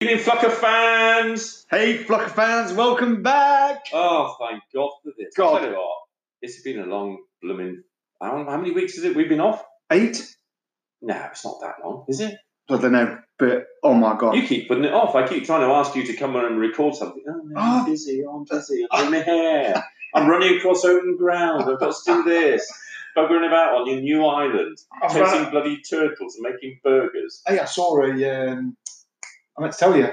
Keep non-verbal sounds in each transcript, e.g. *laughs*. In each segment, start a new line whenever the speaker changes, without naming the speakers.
Evening, Flucker fans!
Hey, Flocker fans, welcome back.
Oh, thank God for this.
God.
Tell you what, it's been a long blooming. I don't know, how many weeks is it we've been off?
Eight?
No, it's not that long, is it?
I don't know, but oh my god.
You keep putting it off. I keep trying to ask you to come and record something. Oh, no, I'm
Ah.
busy, I'm busy, I'm in the hair. I'm running across open ground, I've got to do this. Buggering about on your new island,
I've run-
chasing bloody turtles and making burgers.
hey, I saw a. Um, I meant to tell you,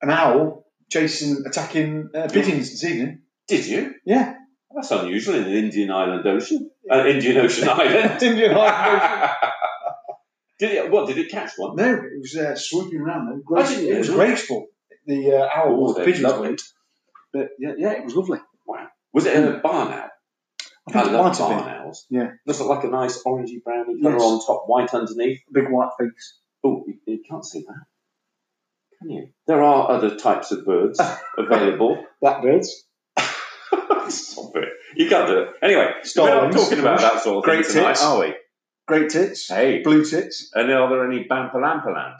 an owl chasing, attacking uh, pigeons this evening. *laughs*
Did you?
Yeah.
That's unusual in an Indian island ocean. An Indian Ocean *laughs* island.
Didn't
*laughs*
you like
did it, what, did it catch one?
No, it was uh, swooping around. And
I
grace,
didn't
it was
know.
graceful. The uh, owl,
Oh,
the
they're
pigeons
lovely.
went. But yeah, yeah, it was lovely.
Was it in a barn owl?
I
I
think it
love
might have
barn
been.
owls.
Yeah.
Looks like a nice orangey browny colour
Yes.
on top, white underneath.
Big white things.
Oh, you, you can't see that, can you? There are other types of
*laughs*
birds available. *laughs*
Blackbirds.
Stop it. You can't do it. Anyway, we're not
Starlings.
talking about that sort of
Great
thing tonight,
tits.
are we?
Great tits.
Hey.
Blue tits.
And are there any bampalampalams?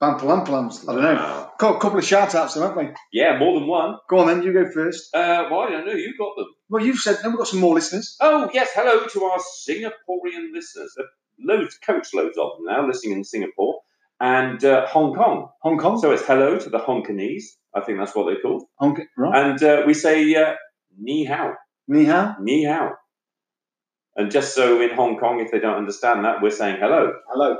Bampalampalams. I don't know.
Wow.
Got a couple of shout outs, haven't we?
Yeah, more than one.
Go on then, you go first.
Uh, well, I don't know. You got them.
Well, you've said, then we've got some more listeners.
Oh, yes. Hello to our Singaporean listeners. There are Loads, coach loads of them now listening in Singapore and uh, Hong Kong.
Hong Kong.
So it's hello to the Hongkonese. I think that's what they're called.
Hong Kong. Right.
And uh, we say uh, ni hao,
Ni hao.
ni hao. And just so in Hong Kong, if they don't understand that, we're saying hello.
Hello.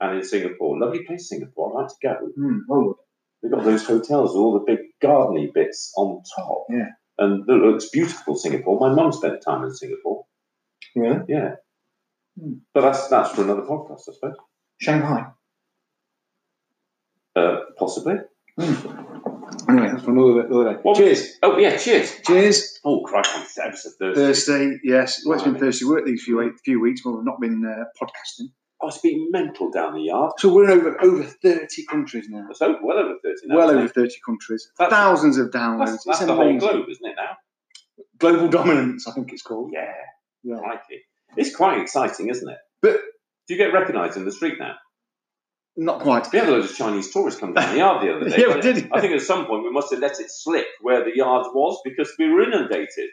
And in Singapore, lovely place, Singapore. I'd like to go.
Hmm. well,
They've got those hotels with all the big gardeny bits on top.
Yeah.
And it looks beautiful, Singapore. My mum spent time in Singapore.
Really?
Yeah.
Hmm.
But that's that's for another podcast, I suppose.
Shanghai.
Uh, possibly.
Anyway, that's for another, another day.
Well,
cheers.
Oh, yeah, cheers.
Cheers.
Oh, Christ, I'm Thursday.
Thursday, yes. Well, it's been
Blimey.
Thursday work these few, eight, few weeks where we've not been uh, podcasting.
Oh, it's been mental down the yard.
So we're in over, over 30 countries now.
So, well over 30 now.
well
isn't
over
it?
30 countries.
That's-
Thousands of downloads.
That's,
it's
that's the whole
amazing.
globe, isn't it now?
Global dominance, I think it's called.
Yeah,
Yeah.
crikey. It's quite exciting, isn't it?
But-
do you get recognised in the street now?
Not quite. *laughs*
We had a load of Chinese tourists come down the yard the other day.
Yeah, we
didn't it?
did.
I think at some point we must have let it slip where the yard was because we were inundated.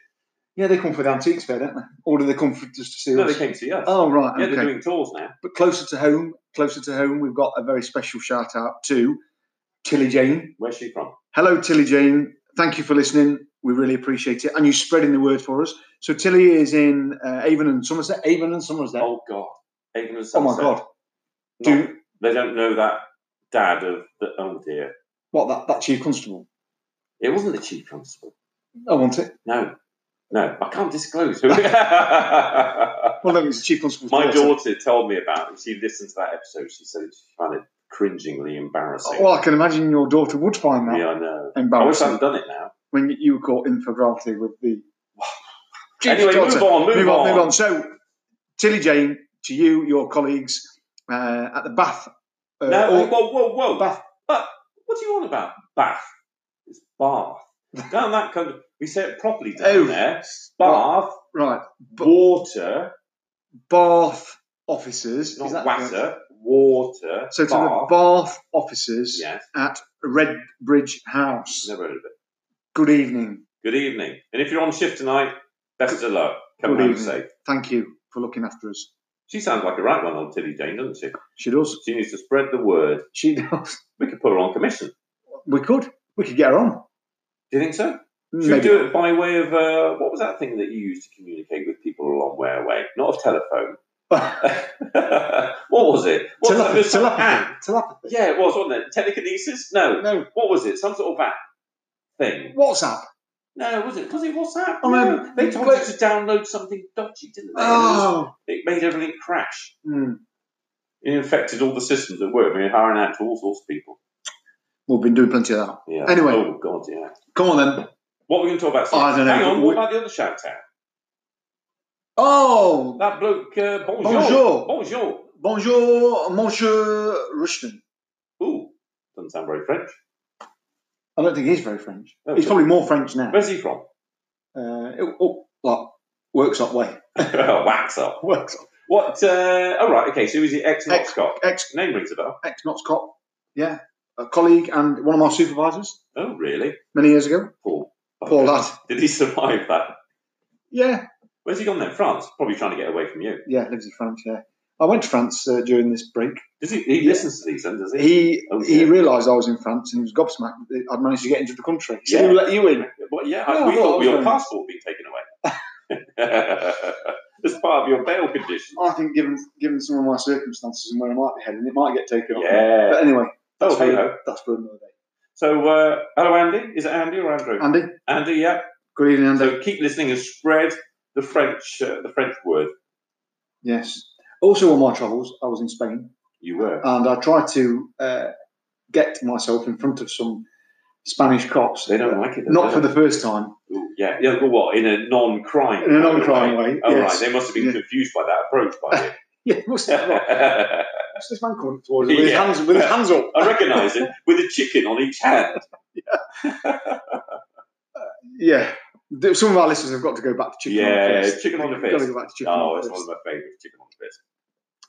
Yeah, they come for the antiques fair, don't they? Or do they come for just to see
No,
us?
they came to us.
Oh, right.
Yeah,
okay.
they're doing tours now.
But closer to home, closer to home, we've got a very special shout out to Tilly Jane.
Where's she from?
Hello, Tilly Jane. Thank you for listening. We really appreciate it. And you spreading the word for us. So Tilly is in uh, Avon and Somerset. Avon and Somerset.
Oh, God. Avon and
Oh my
Somerset.
God.
Not-
Do
They don't know that dad of the. Oh, dear.
what that, that chief constable.
It wasn't the chief constable.
I want it.
No. No, I can't disclose
*laughs*
who.
Well, no, it's the chief constable.
My daughter told me about it. She listened to that episode. She said she found it cringingly embarrassing.
Well, Oh, I can imagine your daughter would find that
yeah, I know. I wish I
embarrassing
hadn't done it now.
when you were caught in flagrante with the. Chief's
anyway,
daughter.
move on, move,
move
on.
on, move on. So, Tilly Jane, to you, your colleagues uh, at the Bath. Uh,
No,
or-
whoa, whoa, whoa.
Bath.
Bath. What are you on about? Bath. It's Bath. down that country. We say it properly down
Oh.
there. Bath,
right, but-
water,
Bath officers.
not
is that
water,
correct?
water.
So to
Bath.
the Bath officers
Yes,
at Redbridge House.
never heard of it.
Good evening.
Good evening. And if you're on shift tonight, best of luck. Come
Good
home
evening.
safe.
Thank you for looking after us.
She sounds like a right one on Tilly Jane, doesn't she?
She does.
She needs to spread the word.
She does.
We could put her on commission.
*laughs* We could. We could get her on.
Do you think so? Should we
Maybe.
do it by way of uh, what was that thing that you used to communicate with people a long way away? Not a
*laughs*
telephone. *laughs* what was it? What was that?
Telepathy.
There's some app.
Telepathy. Telepathy.
Yeah, it was, wasn't it? Telekinesis? No.
No.
What was it? Some sort of app thing.
WhatsApp.
No, was it? Was it WhatsApp?
Oh,
no.
um,
they told
but-
you to download something dodgy, didn't they?
Oh.
It made everything crash.
Hmm.
It infected all the systems at work. We were hiring out to all sorts of people.
We've been doing plenty of that.
Yeah.
Anyway.
Oh, God, yeah.
Come on then.
What are we going to talk about?
Oh, I don't know.
Hang on, what
We-
about the other shout out?
Oh,
That bloke, uh, bonjour.
Bonjour.
Bonjour.
bonjour, Monsieur Rushton.
Ooh, doesn't sound very French.
I don't think he's very French.
Oh,
He's
good.
probably more French now.
Where's he from? *laughs*
Uh, it- oh, like, works up way.
Oh, Wax up.
*laughs* Works up.
What? Uh, oh, right, okay, so is he ex Noxcock?
Ex
Name rings a bell.
ex Knots cop. Yeah, a colleague and one of my supervisors
Oh, really?
many years ago.
Paul.
Poor lad.
Did he survive that?
Yeah,
Where's he gone then? France? Probably trying to get away from you.
yeah, lives in France. Yeah, I went to France uh, during this break.
Does he? He
Yeah.
listens to these then, does he?
He
Oh,
he
yeah.
realised I was in France and he was gobsmacked. that I'd managed to get into the country. So
Yeah.
yeah. let you in.
Well, yeah,
No,
we
I thought I
thought
was
your
going-
passport had been taken away. *laughs* As part of your bail condition.
I think given given some of my circumstances and where I might be heading, it might get taken off.
Yeah.
But anyway, that's,
Oh,
for,
hello.
that's for another day.
So, uh, hello, Andy. Is it Andy or Andrew?
Andy,
Andy, yeah.
good evening, Andy.
So keep listening and spread the French, uh, the French word.
Yes. Also, on my travels, I was in Spain
You were.
and I tried to uh, get myself in front of some Spanish cops.
They don't like it. do
Not
they?
for the first time. *laughs*
Ooh, yeah. Yeah. Well, what in a non-crime?
In a non-crime
way.
way.
Oh
yes.
right. They must have been
Yeah.
confused by that approach by you.
Yeah,
*laughs*
what's this, what's *laughs*
I
this man coming towards us
Yeah.
with, his hands, with his hands up?
recognise him with a chicken on each hand.
Yeah. Th- Some of our listeners have got to go back to chicken
Yeah,
on the fist.
chicken on the
Got to
fist.
go back to chicken
Oh,
on the
it's
fist.
one of my favourites. Chicken on the fist.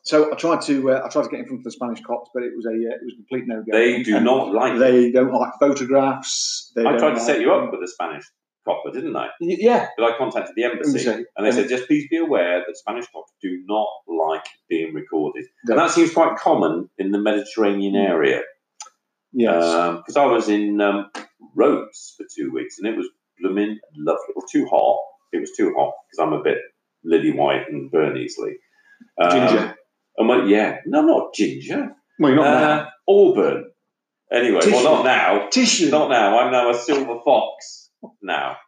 So I tried to uh, I tried to get in front of the Spanish cops, but it was a uh, it was a complete no go.
They do not like. it.
They don't like photographs. They
I
don't
tried to
like-
set you up with a Spanish copper, didn't I?
Y- Yeah.
But I contacted the embassy,
Embassy.
and they
And-
said, "Just please be aware that Spanish cops do not like being recorded."
Don't-
And that seems quite common in the Mediterranean
Mm.
area.
Yes.
because I was in um, Rhodes for two weeks and it was blooming lovely. It was too hot. It was too hot because I'm a bit lily white and burn easily. Um,
Ginger.
And well, yeah, no, not ginger.
Well, you're not
Uh, Auburn. Anyway,
Tissue.
well, not now.
Tissue.
Not now. I'm now a silver fox now.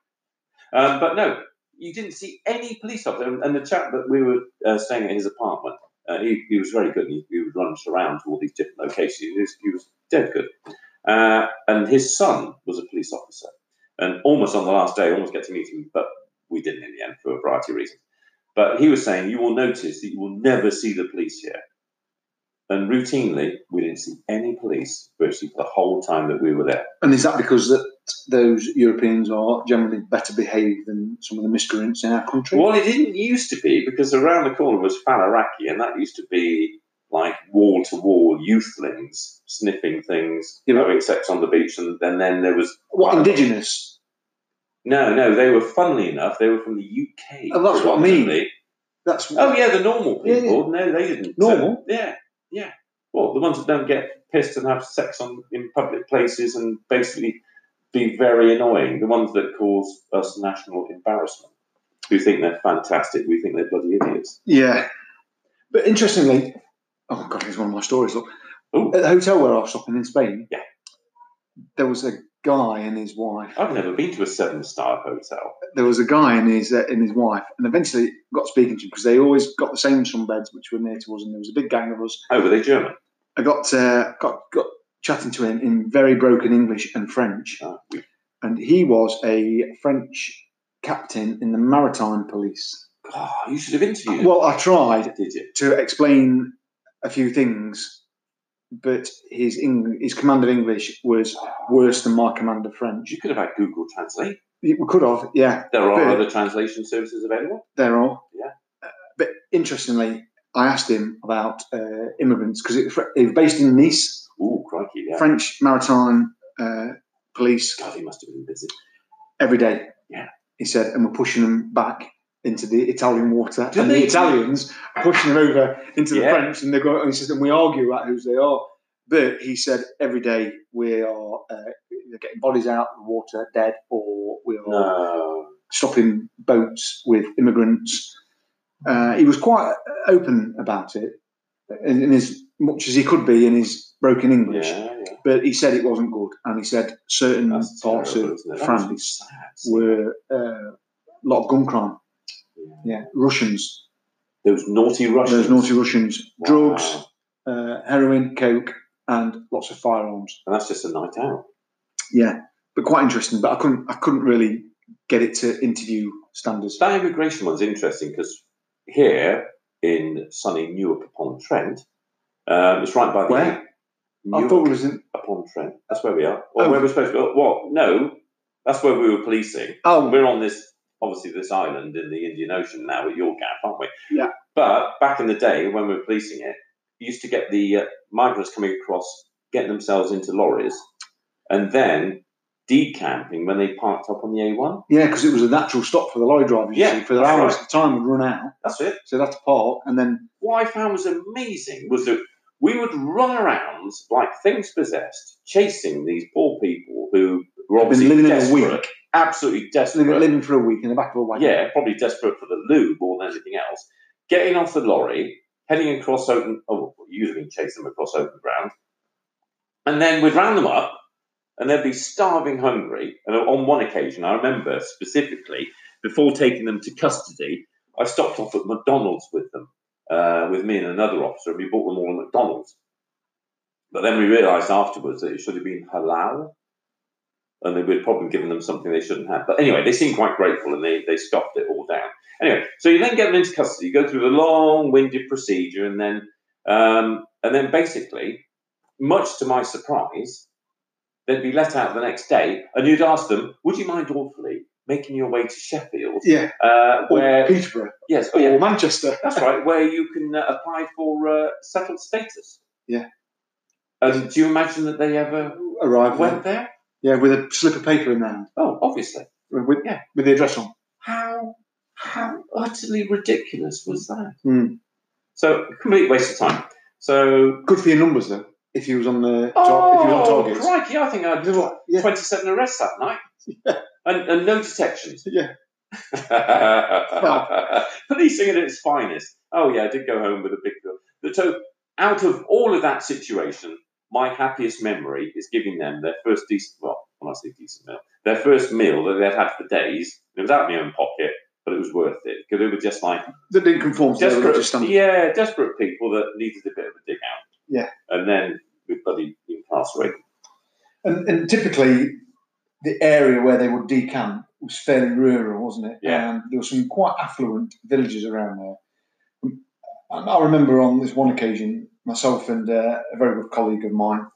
Um, but no, you didn't see any police officer. And- And the chap that we were uh, staying at his apartment, uh, he, he was very good. He, he would run us around to all these different locations. He was, he was dead good. Uh, and his son was a police officer. And almost on the last day, almost get to meet him, but we didn't in the end for a variety of reasons. But he was saying, you will notice that you will never see the police here. And routinely, we didn't see any police virtually for the whole time that we were there.
And is that because that those Europeans are generally better behaved than some of the miscreants in our country?
Well, it didn't used to be because around the corner was Falaraki, and that used to be like wall to wall youthlings sniffing things,
Yeah, but-
having sex on the beach, and, and then there was
What indigenous?
no, no. They were funnily enough, they were from the UK.
Oh, that's what I mean.
predominantly.
That's
Oh yeah, the normal
Yeah, yeah.
people. No, they didn't.
Normal?
So, yeah, yeah. Well, the ones that don't get pissed and have sex on in public places and basically be very annoying. The ones that cause us national embarrassment. Who think they're fantastic? We think they're bloody idiots.
yeah. But interestingly, oh god, here's one of my stories. Look,
Ooh.
at the hotel where I was shopping in Spain,
Yeah.
there was a guy and his wife.
I've never been to a seven-star hotel.
There was a guy and his uh, and his wife, and eventually got speaking to him because they always got the same sunbeds which were near to us, and there was a big gang of us.
Oh, were they German?
I got uh, got got chatting to him in very broken English and French.
Oh, we-
and he was a French captain in the maritime police.
God, oh, you should have interviewed. them.
Well, I tried
did you?
to explain a few things, but his Eng- his command of English was worse than my command of French.
You could have had Google Translate.
We could have, yeah,
There are
Really?
other translation services available.
there are.
Yeah.
Uh, But interestingly, I asked him about uh, immigrants because it, was fr- it was based in Nice,
Ooh, crikey! Yeah.
French maritime uh, police
God, he must have been busy.
every day.
Yeah.
He said, and we're pushing them back into the Italian water.
Do
and
they?
the Italians are pushing them over into the
Yeah.
French and they go and he says, and we argue about whose they are. But he said every day we are uh, either getting bodies out of the water, dead, or we are
No.
stopping boats with immigrants. Uh, he was quite open about it, in, in as much as he could be in his broken
Yeah,
English.
yeah.
But he said it wasn't good, and he said certain
That's
parts
terrible,
of
isn't it? That must be
France
sad.
were uh, a lot of gun crime.
Yeah.
Yeah, Russians.
Those naughty Russians.
Those naughty Russians.
Wow.
Drugs, uh, heroin, coke, and lots of firearms.
And that's just a night out.
Yeah, but quite interesting. But I couldn't, I couldn't really get it to interview standards.
That immigration one's interesting because here in sunny Newark upon Trent, um, it's right by the
Where? I
Newark
thought it was in.
upon Trent. That's where we are. Or
Oh.
where we're supposed to go. Well, no, that's where we were policing.
Oh,
We're on this, obviously, this island in the Indian Ocean now at York Gap, aren't we?
Yeah.
But back in the day when we were policing it, you used to get the uh, migrants coming across getting themselves into lorries, and then decamping when they parked up on the A1.
Yeah, because it was a natural stop for the lorry drivers.
Yeah,
Yeah, for their
that's
hours,
right.
the time would run out,
That's it.
so they had to park, and then
What I found was amazing was that we would run around like things possessed, chasing these poor people who were
they've
obviously
been living in a
desperate,
week,
absolutely desperate.
living, living for a week in the back of a wagon.
yeah, probably desperate for the loo more than anything else, getting off the lorry, heading across open, oh, you'd have been chasing them across open ground. And then we'd round them up and they'd be starving hungry. And on one occasion, I remember specifically, before taking them to custody, I stopped off at McDonald's with them, uh, with me and another officer, and we bought them all a McDonald's. But then we realised afterwards that it should have been halal and they would have probably given them something they shouldn't have. But anyway, they seemed quite grateful and they, they scoffed it all down. Anyway, so you then get them into custody, you go through the long-winded procedure, and then um, and then basically, much to my surprise, they'd be let out the next day, and you'd ask them, "Would you mind awfully making your way to Sheffield,
yeah.
uh,
Or
where
Peterborough
yes, oh,
or
yeah,
Manchester.
that's right, where you can uh, apply for uh, settled status?"
Yeah.
And do you imagine that they ever
Arrived.
went
there.
there?
Yeah, with a slip of paper in their hand,
Oh, obviously.
with,
Yeah.
with the address on.
how how utterly ridiculous was that?
Mm.
So complete waste of time. So
Good for your numbers though. If he was on the tar- if he was on
oh
target,
crikey, I think I
You know
had
what? Yeah.
twenty-seven arrests that night, and, and no detections.
Yeah.
*laughs* Policing at its finest. Oh yeah, I did go home with a big bill. But So out of all of that situation, my happiest memory is giving them their first decent well, when I say decent meal, their first meal that they've had for days. It was out of my own pocket, but it was worth it because they were just like
that didn't conform to their religious
desperate,
standard.
yeah, desperate people that needed a bit of a dig out.
Yeah.
And then we bloody incarcerated.
And, and typically, the area where they would decamp was fairly rural, wasn't it?
Yeah.
And there were some quite affluent villages around there. And I remember on this one occasion, myself and uh, a very good colleague of mine,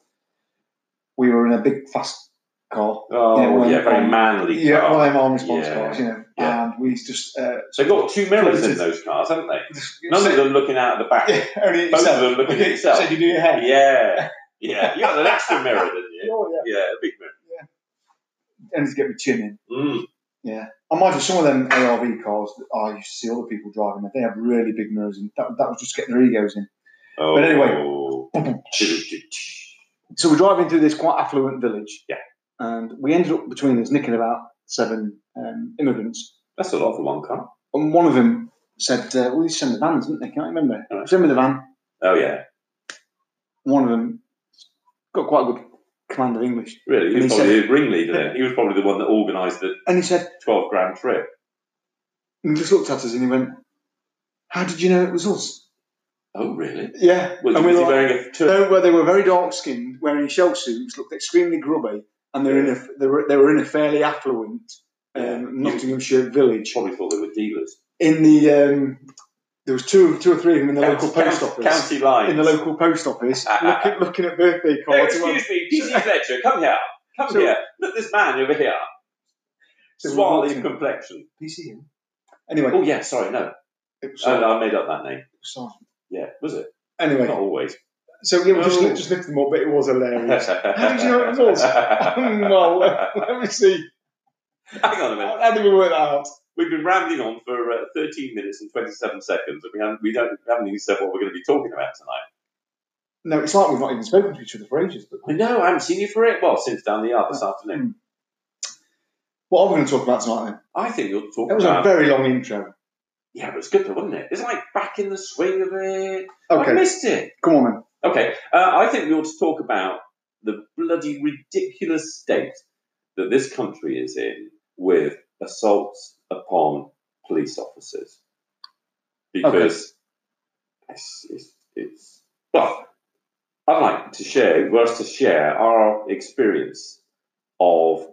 we were in a big fast car.
Oh,
Yeah,
yeah,
well,
very
um,
manly.
Yeah,
car.
one of them arm response
Yeah.
cars, you know.
Yeah.
And we just. Uh,
They've got two mirrors in
Fronted.
those cars, haven't they?
just
None of them looking out of the back.
*laughs* Yeah, only at
Both
yourself.
of them
*laughs*
looking at yourself.
So you do your hair.
Yeah. Yeah. You got an extra mirror, didn't you?
Oh, yeah.
Yeah, a big mirror.
Only to get my chin in.
Mm.
I might have some of them ARV cars that I used to see other people driving. that They have really big mirrors, and that, that was just getting their egos in.
Oh. *laughs*
But anyway. So we're driving through this quite affluent village.
Yeah.
And we ended up between us nicking about seven um, immigrants.
That's a lot for one car.
And one of them said, uh, Well, they send the vans, didn't they? Can't remember.
Right.
Send me the van.
Oh, yeah.
And one of them got quite a good command of English.
Really? He
And
was
he
probably the ringleader then. He was probably the one that organised the
And he said,
12 grand trip.
and he just looked at us and he went, How did you know it was us?
Oh, really?
Yeah.
Was, was
and were
he
like,
wearing a tur-
No, where they were very dark skinned, wearing shell suits, looked extremely grubby, and they're in a they were they were in a fairly affluent
Yeah.
um, Nottinghamshire village.
probably thought they were dealers.
In the um, there was two two or three of them in the local
County-
post
county-
office.
County lines.
In the local
*laughs*
post office, looking, looking at birthday
Hey,
cards.
excuse me, PC Fletcher, come here. Come
So-
here. Look, this man over here.
So we
Swarthy
walked in.
complexion.
PCU. Anyway,
Oh, yeah, sorry, no.
it was uh,
Oh, no, I made up that name.
sorry.
Yeah, was it? Not
Anyway,
always.
so yeah, we just,
Oh.
just lift them up, but it
*laughs*
was hilarious. *laughs*
How
did you know it
*laughs*
was us? well, let me see.
Hang on a minute.
How did we work that out?
We've been rambling on for uh, 13 minutes and 27 seconds, and we haven't, we don't, we haven't even said what we're going to be talking about tonight.
No, it's like we've not even spoken to each other for ages. But
I know, I haven't seen you for it. Well, since down the yard this afternoon.
what are we going to talk about tonight then?
I think you'll talk
That was a
about.
very long intro.
yeah, it was good though, wasn't it? It's like back in the swing of it. I
Okay,
missed it.
come on then.
Okay, uh, I think we ought to talk about the bloody ridiculous state that this country is in with assaults upon police officers. Because it's, it's, it's. Well, I'd like to share, for us to share our experience of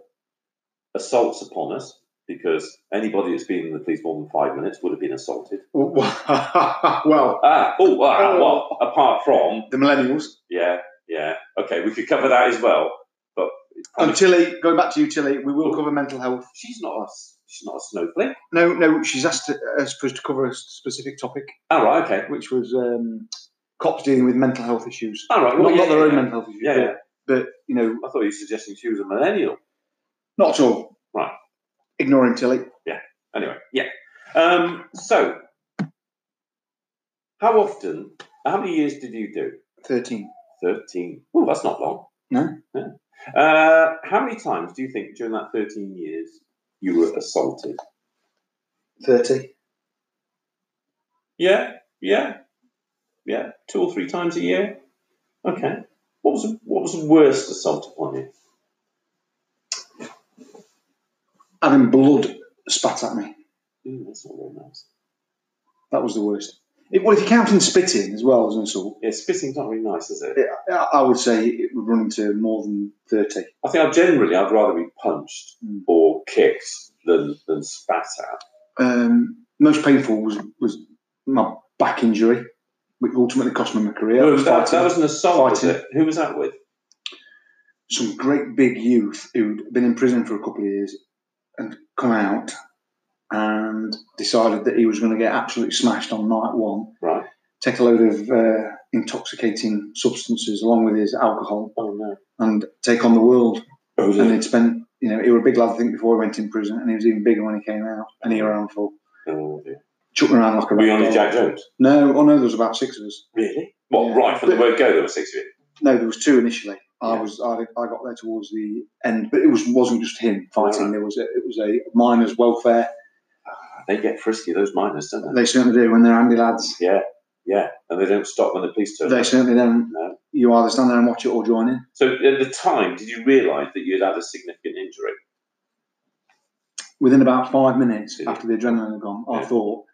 assaults upon us, because anybody that's been in the police more than five minutes would have been assaulted.
*laughs* well,
Ah, oh, ah,
Oh.
well, apart from.
the millennials.
Yeah, yeah. Okay, we could cover that as well. But it's
Oh,
probably-
Tilly, going back to you, Tilly, we will cover mental health.
she's not a s- she's not a snowflake.
uh, No, no, she's asked to, us for us to cover a specific topic,
Oh right, okay.
which was um, cops dealing with mental health issues.
All right.
Not,
Oh, Well, yeah,
not their
yeah,
own
yeah.
mental health issues,
Yeah,
but,
yeah.
but, you know,
I thought you were suggesting she was a millennial.
not at all.
Right.
Ignoring Tilly.
Anyway, yeah. Um, so, how often, how many years did you do?
13.
13. Oh, that's not long.
No.
No. Uh, how many times do you think during that 13 years you were assaulted?
30.
Yeah, yeah, yeah. Two or three times a year. Okay. What was the, what was the worst assault upon you?
Having blood spat at me.
Ooh, Mm, that's not very nice.
That was the worst. It, well, if you count in spitting as well as an assault,
Yeah, spitting's not really nice, is it?
it, I I would say it would run into more than 30.
I think I generally I'd rather be punched
Mm.
or kicked than than spat at.
Um, most painful was, was my back injury, which ultimately cost me my career.
No, that, that
Fighting
was an assault. Was
Fighting.
it? Who was that with?
some great big youth who'd been in prison for a couple of years and come out and decided that he was going to get absolutely smashed on night one,
Right.
take a load of uh, intoxicating substances along with his alcohol
Oh no.
and take on the world.
Oh,
And he'd spent, you know, he was a big lad, I think, before he went in prison, and he was even bigger when he came out, and he around for
Oh, dear.
chucking around like a
Were you
rat
only
dog.
Jack Jones?
No, oh no, there was about six of us.
Oh. Really? Well,
Yeah.
right from the word go, there were six of you.
No, there was two initially. I
Yeah.
was, I, I got there towards the end, but it was wasn't just him fighting.
Alright.
There was, a, it was a miners' welfare
They get frisky, those miners, don't they?
They certainly do when they're handy lads.
Yeah, and they don't stop when the police turn
They
up.
certainly don't.
No.
You either stand there and watch it or join in.
So at the time, did you realise that you'd had a significant injury?
Within about five minutes
Yeah.
after the adrenaline had gone, I
Yeah.
thought,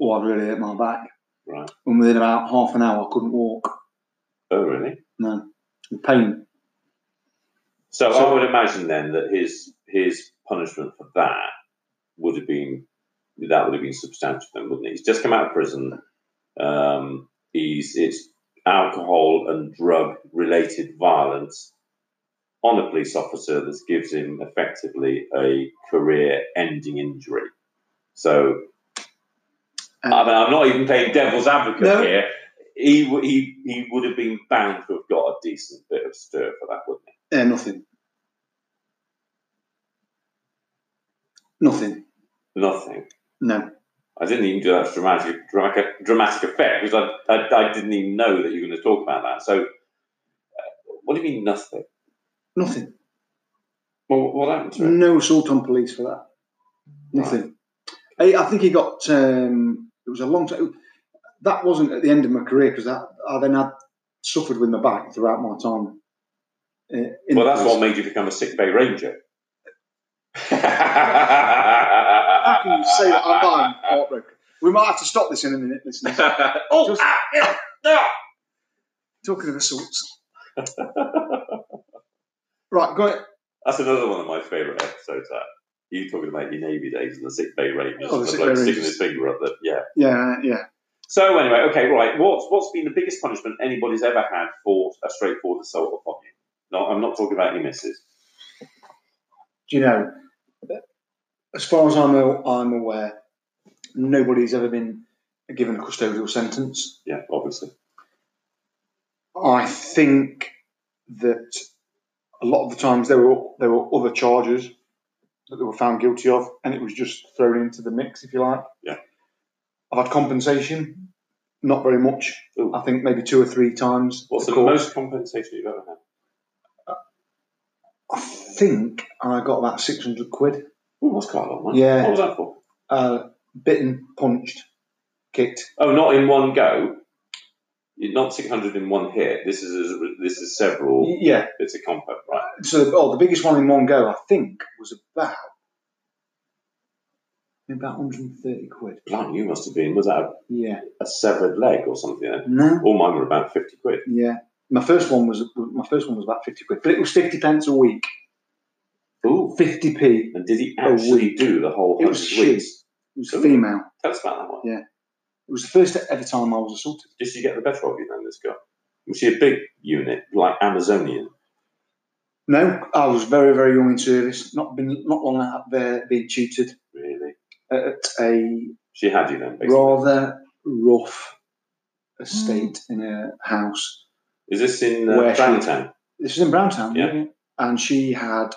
oh, I've really hurt my back.
Right.
And within about half an hour, I couldn't walk.
Oh, really?
No. The pain.
So,
So-
I would imagine then that his his punishment for that would have been that would have been substantial, then, wouldn't it? He's just come out of prison. Um, he's it's alcohol and drug related violence on a police officer that gives him effectively a career ending injury. So
Um,
I mean, I'm not even playing devil's advocate
No.
here. He, w- he he would have been bound to have got a decent bit of stir for that, wouldn't he?
Yeah, eh, nothing. Nothing.
Nothing.
No.
I didn't even do that for dramatic, dramatic, dramatic effect because I, I, I didn't even know that you were going to talk about that. So, uh, what do you mean nothing?
Nothing.
Well, what- what happened to it?
No assault on police for that. Nothing. I, I think he got. Um, it was a long time. That wasn't at the end of my career because I, I then had suffered with my back throughout my time. uh, in
Mm. Well,
the
that's
police.
what made you become a sick bay ranger. *laughs*
How
How
can you say that? I'm dying. Heartbroken. We might have to stop this in a minute,
*laughs*
listeners.
oh,
Just-
ah, yeah, ah.
Talking of assaults. right, go ahead.
*laughs* That's another one of my favourite episodes. That you talking about your navy days and the sick bay rangers,
Oh, the
and
sick
bloke
bay
sticking
rangers.
his finger up. The, yeah.
Yeah, yeah.
So anyway, okay, right. What's what's been the biggest punishment anybody's ever had for a straightforward assault upon you? No, I'm not talking about your missus.
Do you know? As far as I'm, aw- I'm aware, nobody's ever been given a custodial sentence.
Yeah, obviously.
I think that a lot of the times there were there were other charges that they were found guilty of, and it was just thrown into the mix, if you like.
Yeah.
I've had compensation, not very much.
Ooh.
I think maybe two or three times.
What's the
court-
most compensation you've ever had?
I think I got about six hundred quid.
Ooh, that's quite a long one.
Yeah.
What was that for?
Uh, bitten, punched, kicked.
Oh, not in one go. You- Not 600 in one hit. This is this is several
Y- Yeah.
bits of compo, right?
So, oh, the biggest one in one go, I think, was about about hundred and thirty quid.
Blimey, you must have been. Was that a,
Yeah.
a severed leg or something? Then?
No.
All mine were about 50 quid.
Yeah. My first one was my first one was about fifty quid, but it was fifty pence a week.
Ooh.
Fifty p.
And did he
A
actually
week.
do the whole
Oh, It
hundred
was shit.
weeks?
It was
Ooh.
female.
Tell us about that one.
It was the first ever time I was assaulted.
Did she get the better of you then? This girl was she a big unit like Amazonian?
No, I was very very young in service. Not been not long out there being tutored
Really?
at a
She had you then, basically.
rather rough estate in a house.
Is this in uh,
Where she-
Browntown?
This was in Browntown,
Yeah.
And she had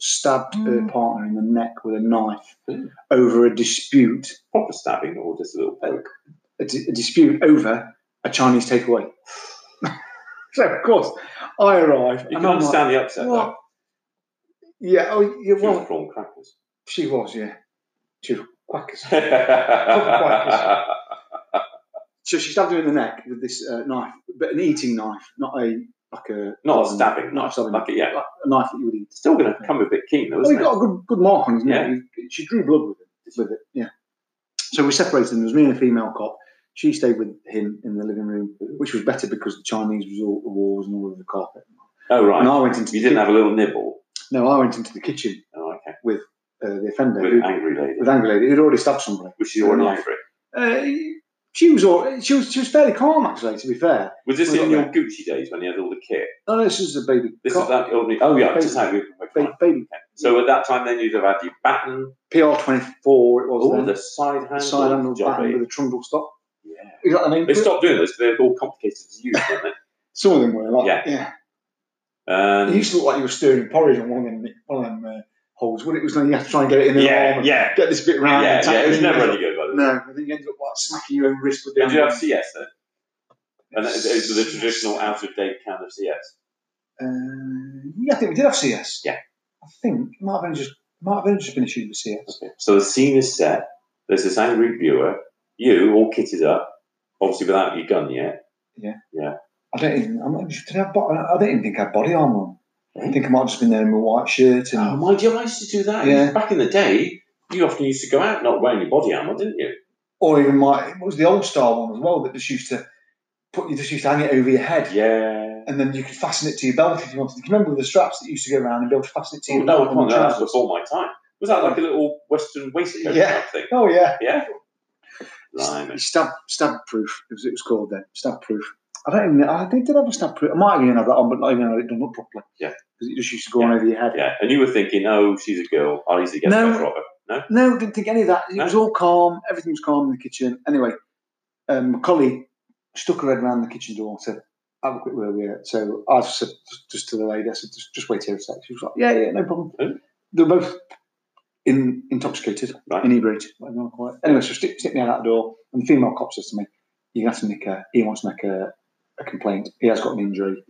stabbed her
Mm.
partner in the neck with a knife
Mm.
over a dispute,
Proper stabbing or just a little poke?
a, di- a dispute over a Chinese takeaway. *laughs* so of course, I arrive.
You can
and I'm like,
understand the upset
what? Yeah. Oh, yeah.
though. She was
Well,
prawn
*laughs*
crackers.
she was. Yeah. She was quackers. So she stabbed her in the neck with this uh, knife, but an eating knife, not a like a
Not a stabbing.
not a stabbing knife,
Like, yeah.
like a knife that you would eat.
Still going to come a bit keen though,
Well, he
isn't it?
Oh, got a good good mark on his neck.
Yeah.
He- She drew blood with it. With it, yeah. So we separated them. There was me and a female cop. She stayed with him in the living room, which was better because the Chinese was all the walls and all over the carpet.
Oh,
And
right.
I went into
You
the
didn't
ki-
have a little nibble.
no, I went into the kitchen.
Oh, okay.
Uh, the offender
With
who,
an angry lady.
with angry lady who'd already stabbed somebody.
Which is your
Yeah.
knife for it.
Uh, she was all, she was she was fairly calm actually. To be fair,
Was this
We
in
got
your Gucci days when you had all the kit?
no, no, this is a baby.
This
cop.
is that ordinary. Oh, yeah, just how we
Ba- baby
So at that time, then you'd have had your baton,
PR twenty four. It was
all
then.
the side handle,
side handle
jobby.
baton with a trundle stop.
Yeah.
You know what I mean?
They stopped doing this. They're all complicated to use, aren't they?
Some of them were like
Yeah.
yeah. It
Um,
used to look like you were stirring porridge on one of them, one of them uh, holes. When it was, like you had to try and get it in the
yeah,
arm.
yeah,
Get this bit
yeah,
round.
yeah,
and tap
It was
in.
never any good. By the way.
No, I think you ended up like smacking your own wrist with
Did you have
the.
CS then? And it, it was the traditional out of date can of CS.
Uh, yeah, I think we did have CS.
Yeah.
I think it might have only just might have only just been issued with CS.
Okay. So the scene is set. There's this angry viewer. You all kitted up, obviously without your gun yet.
I don't even. I'm not did I, have, bo- I don't even think I had body armor on. I
Really?
think I might have just been there in my white shirt and
Oh, my dear, I used to do that.
Yeah.
Back in the day, you often used to go out not wearing your body armor, didn't you?
or even my it was the old style one as well that just used to put you just used to hang it over your head
Yeah.
and then you could fasten it to your belt if you wanted. Do you remember the straps that used to go around and be able to fasten it to
Oh,
your
no,
belt?
I
on
can't.
the
No, that's
trousers?
before my time. Was that like a little Western waistcoat
Yeah.
type thing?
Oh yeah,
Yeah. Blimey.
stab stab proof. It was, it was called then stab proof. I don't even. I did, did have a stab proof. I might have even had that on, but not even had it done up properly.
Yeah.
because it just used to go
Yeah.
on over your head.
Yeah, and you were thinking, oh, she's a girl. I'll easily get
No.
the better of her.
No, didn't think any of that. It
No.
was all calm. Everything was calm in the kitchen. Anyway, um, my colleague stuck her head round the kitchen door to have a quick word with her. So I said just to the lady, I said, just, just wait here a sec. She was like, yeah, yeah, no problem.
Hmm.
They were both in, intoxicated,
Right.
inebriated, whatever you want to call it. Anyway, so stick, stick me out that door. And the female cop says to me, you're going to have to make a, he wants to make a, a complaint. He has got an injury.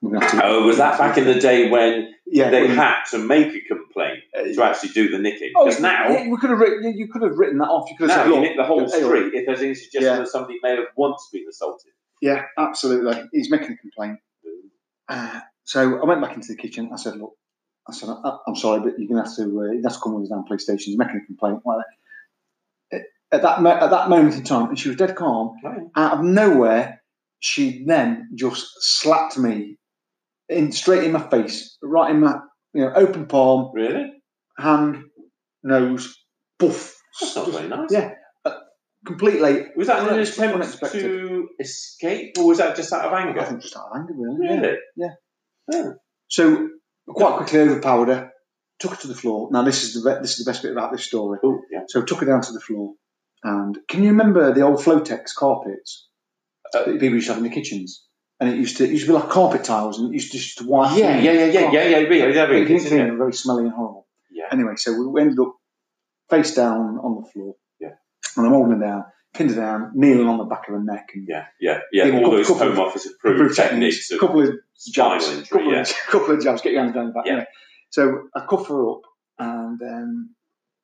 We're gonna have to-
Oh, was that back in the day when
Yeah.
they
we-
had to make a complaint
uh,
to actually do the nicking?
oh,
Because now,
yeah, we could have written, you could have written that off. You could have
now
said,
you
look,
nick the whole
hey, look,
street if there's any suggestion
Yeah.
that somebody may have once been assaulted.
Yeah, absolutely. He's making a complaint. Uh, so I went back into the kitchen. I said, "Look, I said, I, I'm sorry, but you're gonna have to, uh, you have to come with us down to police station. He's making a complaint." Well, at at that mo- at that moment in time, and she was dead calm.
Right.
Out of nowhere, she then just slapped me in straight in my face, right in my you know open palm,
Really?
hand, nose, poof,
That's not very nice.
Yeah. completely.
Was that an
Unex-
attempt
unexpected.
to escape, or was that just out of anger?
I think she started angry, really. yeah.
Really?
So quite quickly overpowered her, took her to the floor. Now this is the be- this is the best bit about this story.
Oh, yeah.
So took her down to the floor, and can you remember the old Flotex carpets
Uh,
that people used to have in the kitchens? And it used to it used to be like carpet tiles, and it used to just white.
Yeah, yeah, yeah, yeah, yeah, yeah, yeah, yeah,
But you
yeah,
didn't clean them, very smelly and horrible.
yeah.
Anyway, so we ended up face down on the floor.
Yeah.
And I'm holding her down, pinned her down, kneeling on the back of her neck, and
Yeah, yeah, yeah.
Yeah,
All
couple-
those
couple
Home
of-
Office approved techniques
a
of
couple of
spinal
couple,
injury. Yeah.
of, couple of jabs, get your hands down the back.
Yeah.
Anyway, so I cuff her up, and um,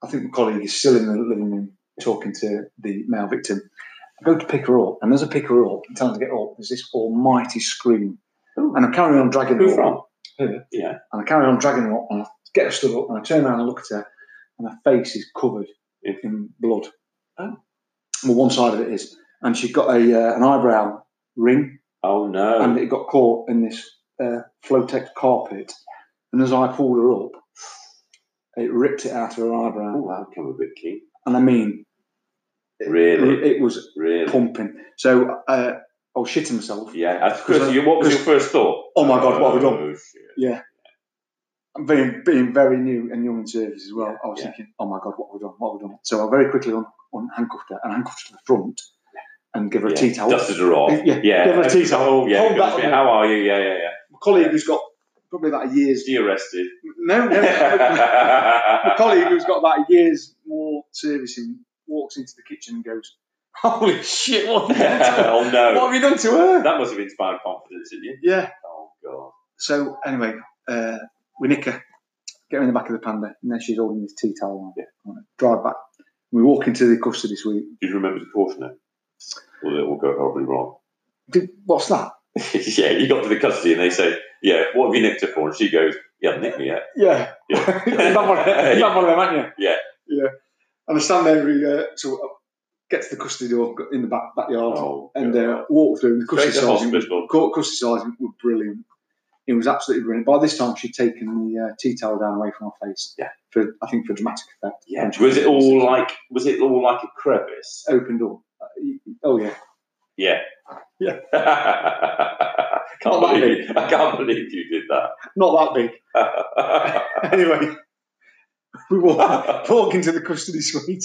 I think my colleague is still in the living room talking to the male victim. I go to pick her up, and as I pick her up, and tell her to get up, there's this almighty scream.
Ooh.
And I carry on dragging
Who
her
from?
up. Her.
Yeah.
And I carry on dragging her up, and I get her stood up, and I turn around and look at her, and her face is covered
Yeah.
in blood.
Oh.
Well, one side of it is. And she's got a uh, an eyebrow ring
Oh no.
and it got caught in this uh, Flotex carpet. And as I pulled her up, it ripped it out of her eyebrow.
Oh, I've come a bit keen.
And I mean,
Really,
it, it was
really.
pumping. So uh, I was shitting myself.
Yeah. That's Chris, you- what was your first thought?
Oh my God, what have we done?
Oh, shit.
And Being, being very new and young in service as well, I was
Yeah.
thinking, oh my God, what have we done? What have we done? So I very quickly un- un- handcuffed her and handcuffed her to the front and give her
yeah.
a tea towel.
Dusted her off.
Yeah,
yeah.
give her a tea towel.
Oh, yeah.
Hold
good
that
to
on
be-
her.
How are you? Yeah, yeah, yeah.
My colleague who's got probably about a year's
Is he
*laughs*
arrested? *laughs*
no, no. my colleague who's got about a year's more servicing walks into the kitchen and goes, "Holy shit! What, have you done to her?
oh
What
no,
have you done to her?"
that must have inspired confidence in you.
yeah,
Oh god.
So anyway, uh, we nick her, get her in the back of the panda, and then she's holding this tea towel on.
Yeah.
on it. Drive back. We walk into the custody suite.
Did you remember to caution her? Well, it will go horribly wrong. *laughs*
Did, what's that?
yeah, you got to the custody and they say, yeah, what have you nicked her for? And she goes, you haven't nicked me yet.
*laughs* Yeah.
Yeah.
you have one, you have one of them, haven't you?
Yeah.
Yeah. And I stand there, we, uh, so I get to the custody door go in the back backyard
Oh,
and
God.
uh, walk through. And the custody
Straight to
sergeant,
hospital.
court custody sergeant were brilliant. It was absolutely brilliant. By this time, she'd taken the uh, tea towel down away from her face.
Yeah.
For I think for dramatic effect.
Yeah. Was it all like was it all like a crevice?
open door? Uh, y- oh yeah.
Yeah.
Yeah.
*laughs* can't
Not that
believe you, I can't believe you did
not that big.
that. *laughs*
Anyway, we walk, walk into the custody suite,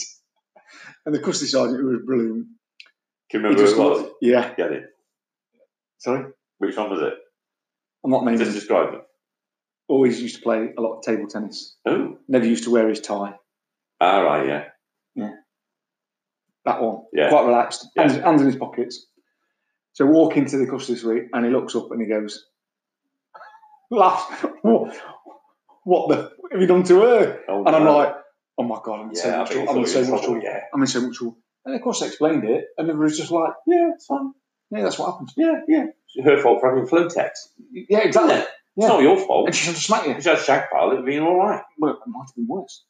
and the custody sergeant, who was brilliant,
Can you
he
remember who
just
it was?
looked- yeah,
Get it.
sorry,
Which one was it?
I'm not naming.
Just
him.
describe it.
Always used to play a lot of table tennis.
Oh,
Never used to wear his tie.
all Ah, right, yeah.
That one,
Yeah.
quite relaxed,
Yeah.
hands, hands in his pockets. So walk into the custody suite, and he looks up and he goes, laughs. What, *laughs* what the? What have you done to her?
Oh,
And I'm
no.
like, oh my god, I'm in so
yeah, I
much
think
trouble.
it's
I'm
always
in so much
trouble,
trouble.
yeah.
I'm in so much trouble. And of course, I explained it, and everybody's just like,
Yeah, it's fine.
yeah, that's what happens.
Yeah, yeah. It's her fault for having Flotex.
Yeah, exactly.
It's not your fault.
And she's going to smack you.
*laughs* If she had shag pile, it'd have been all right.
Well, it might have been worse.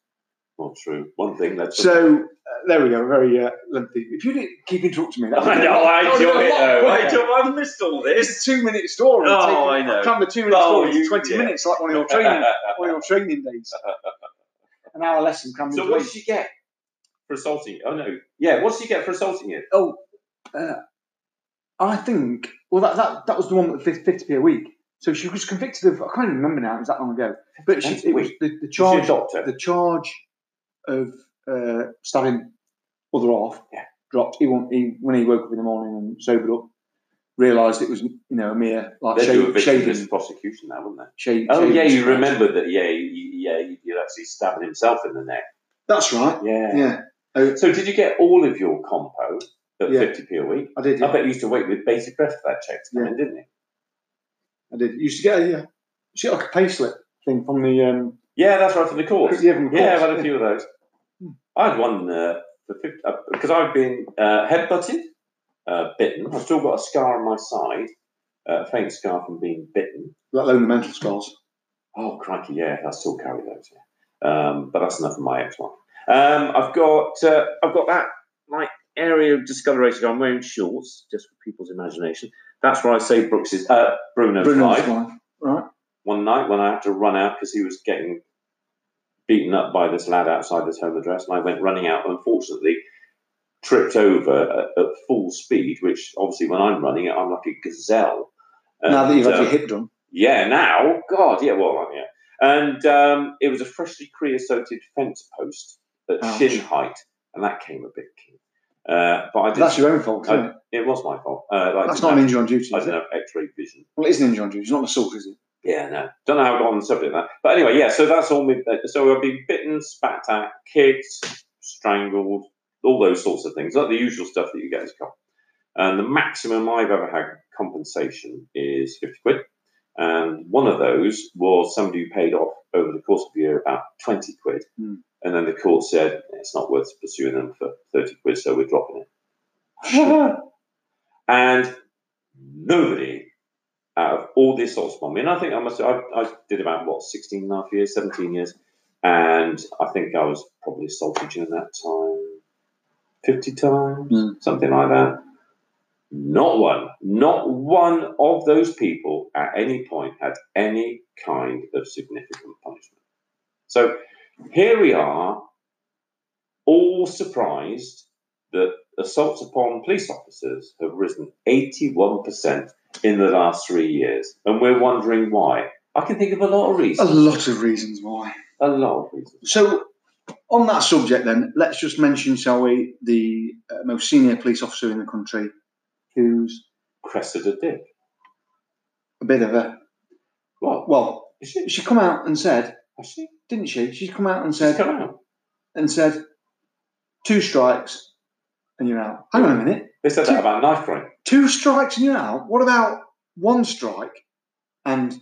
Well, true. One thing that's
So uh, there we go. Very uh, lengthy. If you didn't keep interrupting me,
*laughs* *laughs*
that
I
would've
know, I
*laughs* been a lot- that would've
enjoy it
been a lot
though. I
quicker.
enjoy I've missed all
It's *laughs*
this.
a two-minute story.
Oh,
Take-
I know.
Cram the two-minute
Oh,
story into
you-
twenty
yeah.
minutes, like one of
*laughs*
your training, one of your training days. An hour lesson
*laughs*
crammed
so
into
what
eight.
did she get for assaulting you? Oh no. Yeah, what did she get for assaulting you?
Oh, uh, I think. Well, that, that that was the one with fif- 50p a week. So she was convicted of. I can't even remember now. It was that long ago. But she,
50p
it was the, the charge.
She's a doctor.
The charge of uh, stabbing other half
Yeah.
dropped. He, won't, he when he woke up in the morning and sobered up, realised it was you know a mere like
They'd do a
shade, shading.
victimless prosecution now, wouldn't they?
shade-
Oh
shading
yeah, you
scratch.
remembered that. Yeah, you, yeah, you- you're actually stabbing himself in the neck.
That's right.
Yeah.
Yeah,
So did you get all of your compo at
Yeah.
50p a week?
I did.
I
Yeah,
bet you used to wait with bated breath for that check to come in, didn't you?
I did. You used to get a yeah, she got like a payslip thing from the um,
Yeah, that's right for the course.
*laughs* yeah, from the
Yeah, I've
course.
had a few of those. I had one uh, for fif- uh, because I've been uh, headbutted, uh, bitten. I've still got a scar on my side, uh, a faint scar from being bitten.
let alone the mental scars.
Oh, crikey, yeah, I still carry those. Yeah. Um, but that's enough of my ex one. Um, I've got uh, I've got that like area of discoloration. I'm wearing shorts just for people's imagination. That's where I saved Brooks's uh, Bruno's,
Bruno's
life
life, Right.
one night when I had to run out because he was getting beaten up by this lad outside this home address, and I went running out. Unfortunately, tripped over uh, at, at full speed, which obviously when I'm running, I'm like a gazelle.
now that you've had
And,
your
uh,
hip done.
yeah, now, God, yeah, well, yeah. And um, it was a freshly creosoted fence post at
Ouch.
shin height, and that came a bit keen. Uh, but I did.
That's your own fault, isn't
I-
it?
it was my fault. Uh, I didn't
That's not an
have-
injury on duty,
I
is
didn't
it?
have X-ray vision.
Well, it is an injury on duty. It's not an assault,
*laughs*
is it?
Yeah, no. Don't know how I got on the subject of that. But anyway, yeah, so that's all. Me, uh, so I've been bitten, spat at, kicked, strangled, all those sorts of things. Not the usual stuff that you get as a cop. And the maximum I've ever had compensation is 50 quid. And one of those was somebody who paid off over the course of the year about 20 quid.
Hmm.
And then the court said, it's not worth pursuing them for 30 quid, so we're dropping it.
Shit.
and nobody out of all the assaults upon me, and I think I must I, I did about what 16 and a half years, 17 years, and I think I was probably assaulted during that time 50 times,
Mm.
something like that. Not one, not one of those people at any point had any kind of significant punishment. So here we are, all surprised that assaults upon police officers have risen 81% in the last three years, and we're wondering why. I can think of a lot of
A
reasons.
lot of reasons why.
A lot of reasons.
So, on that subject, then let's just mention, shall we, the uh, most senior police officer in the country, who's
Cressida Dick.
a bit of a
What?
well.
Is she?
She come out and said,
Has she?
didn't she? She's come out and
She's
said,
come out.
and said, two strikes and you're out. Hang on a minute.
They said that about knife crime.
Two strikes and you're out? What about one strike and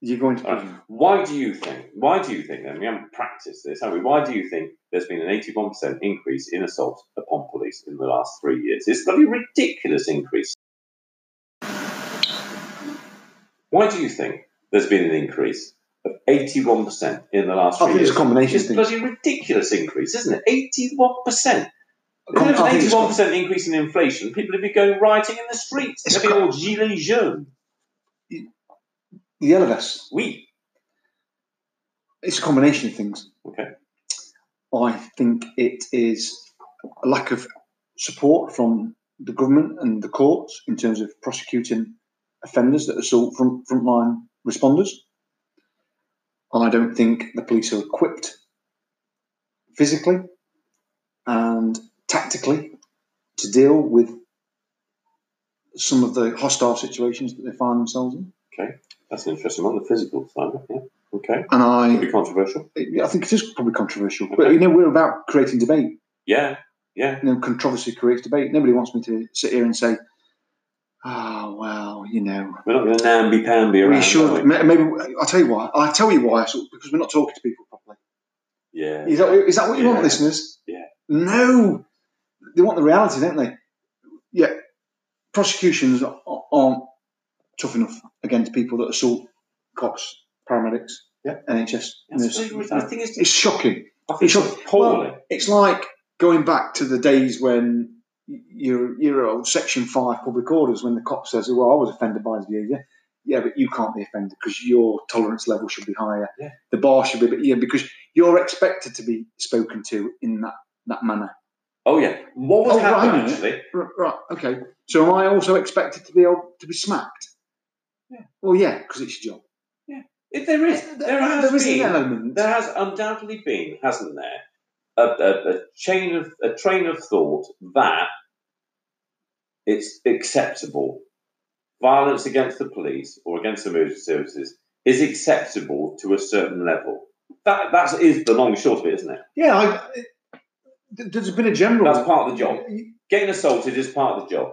you're going to
All right.
prison?
Why do you think? Why do you think? Then we haven't practiced this, have we? Why do you think there's been an 81% increase in assault upon police in the last three years? It's bloody ridiculous increase. Why do you think there's been an increase of 81% in the last three
I think
years?
it's a combination
It's
of
a
things.
bloody ridiculous increase, isn't it? 81%. If
Com-
there's
I think
an
it's
81% increase in inflation, people would be going rioting in the streets.
It's
They'd be
co-
all gilets jaunes.
The Elvis.
We.
It's a combination of things.
Okay.
I think it is a lack of support from the government and the courts in terms of prosecuting offenders that assault front, frontline responders. And I don't think the police are equipped physically and tactically to deal with some of the hostile situations that they find themselves in.
That's an interesting one, the physical side. of it, Yeah. Okay.
And
Could
I,
be controversial.
I think it is probably controversial, but you know, we're about creating debate.
Yeah, yeah.
you know, controversy creates debate. Nobody wants me to sit here and say, "Ah, well, you know,
We're not going to namby pamby around.
we
are we?
should." ma- Maybe I'll tell you why. I'll tell you why. sort of, Because we're not talking to people properly.
Yeah.
Is that, is that what you
Yeah.
want, listeners?
Yeah.
No, they want the reality, don't they? Yeah, prosecutions a- aren't tough enough against people that assault cops, paramedics, yeah, NHS.
That's
nurses.
really- I think it's,
It's shocking.
I think it's appalling.
Well, it's like going back to the days when you're, you're old Section 5 public orders when the cop says, Well, I was offended by his behaviour. Yeah, but you can't be offended because your tolerance level should be higher.
Yeah.
The bar should be, but yeah, because you're expected to be spoken to in that, that manner.
oh, yeah. What was
Oh,
happening,
right.
actually?
R- Right, okay. So am I also expected to be able to be smacked?
Yeah.
Well, yeah, because it's your job.
If there is, there, has
there is
been,
an element.
there has undoubtedly been, hasn't there, a, a, a chain of a train of thought that it's acceptable violence against the police or against emergency services is acceptable to a certain level. That that is the long and short of it, isn't it?
Yeah, I, it, there's been a general.
That's part of the job. Getting assaulted is part of the job.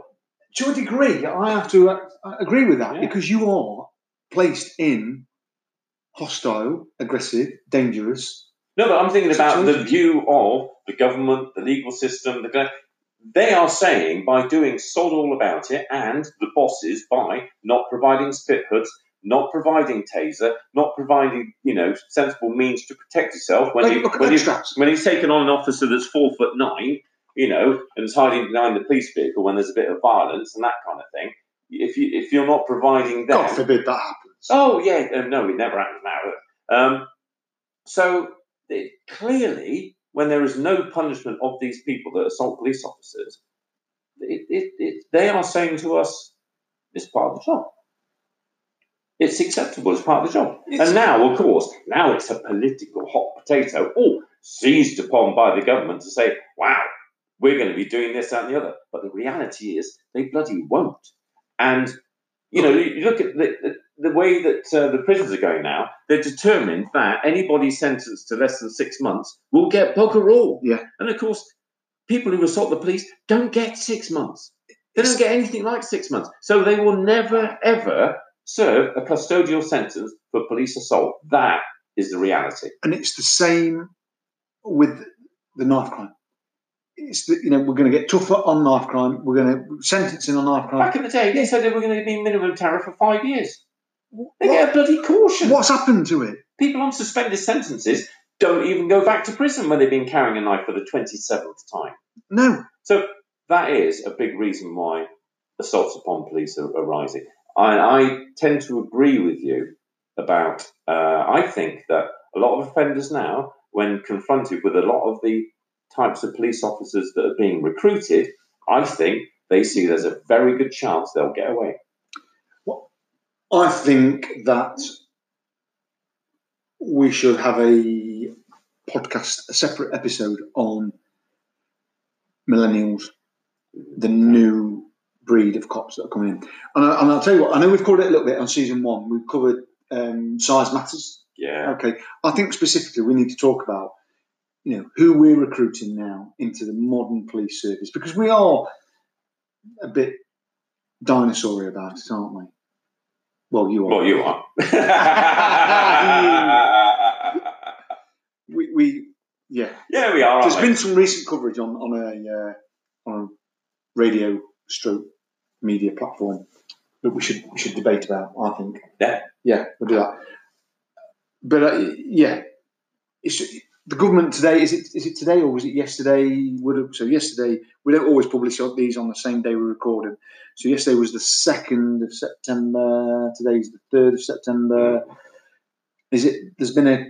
to a degree, I have to uh, agree with that
Yeah.
because you are placed in hostile, aggressive, dangerous.
No, but I'm thinking about the
Situation.
view of the government, the legal system. The gov- they are saying by doing sod all about it, and the bosses by not providing spit hoods, not providing taser, not providing you know sensible means to protect yourself when
Like,
you
look at
when you
extracts.
when he's taken on an officer that's four foot nine, you know, and is hiding behind the police vehicle when there's a bit of violence and that kind of thing. If you if you're not providing them,
God forbid that happens.
Oh yeah, um, no, it never happens now. Um, so it, clearly, when there is no punishment of these people that assault police officers, it, it, it, they are saying to us, "It's part of the job. It's acceptable. It's part of the job."
It's-
and now, of course, now it's a political hot potato, all seized upon by the government to say, "Wow, we're going to be doing this that, and the other." But the reality is, they bloody won't. And you know, you, you look at the, the the way that uh, the prisons are going now, they're determined that anybody sentenced to less than six months will get bugger all.
Yeah.
And of course, people who assault the police don't get six months. They don't get anything like six months. So they will never, ever serve a custodial sentence for police assault. That is the reality.
And it's the same with the knife crime. It's the, you know we're going to get tougher on knife crime. We're going to sentencing on knife crime.
Back in the day, they said they were going to be minimum tariff for five years. They
What-
get a bloody caution.
what's happened to it?
People on suspended sentences don't even go back to prison when they've been carrying a knife for the 27th time.
No,
So that is a big reason why assaults upon police are, are rising. I, I tend to agree with you about. Uh, I think that a lot of offenders now, when confronted with a lot of the types of police officers that are being recruited, I think they see there's a very good chance they'll get away.
I think that we should have a podcast, a separate episode on millennials, the new breed of cops that are coming in. And, I, and I'll tell you what, I know we've covered it a little bit on season one. We've covered um, size matters.
Yeah.
Okay, I think specifically we need to talk about you know who we're recruiting now into the modern police service because we are a bit dinosaur about it, aren't we? Well, you are.
Well, you are. *laughs*
we, we yeah.
yeah, we are.
There's
aren't we?
been some recent coverage on on a uh, on a radio stroke media platform that we should we should debate about. I think.
Yeah.
Yeah, we'll do that. But uh, yeah, it's, the government today is it is it today or was it yesterday? Would have, so yesterday we don't always publish these on the same day we record them. So yesterday was the second of September. Today's the third of September. Is it? There's been a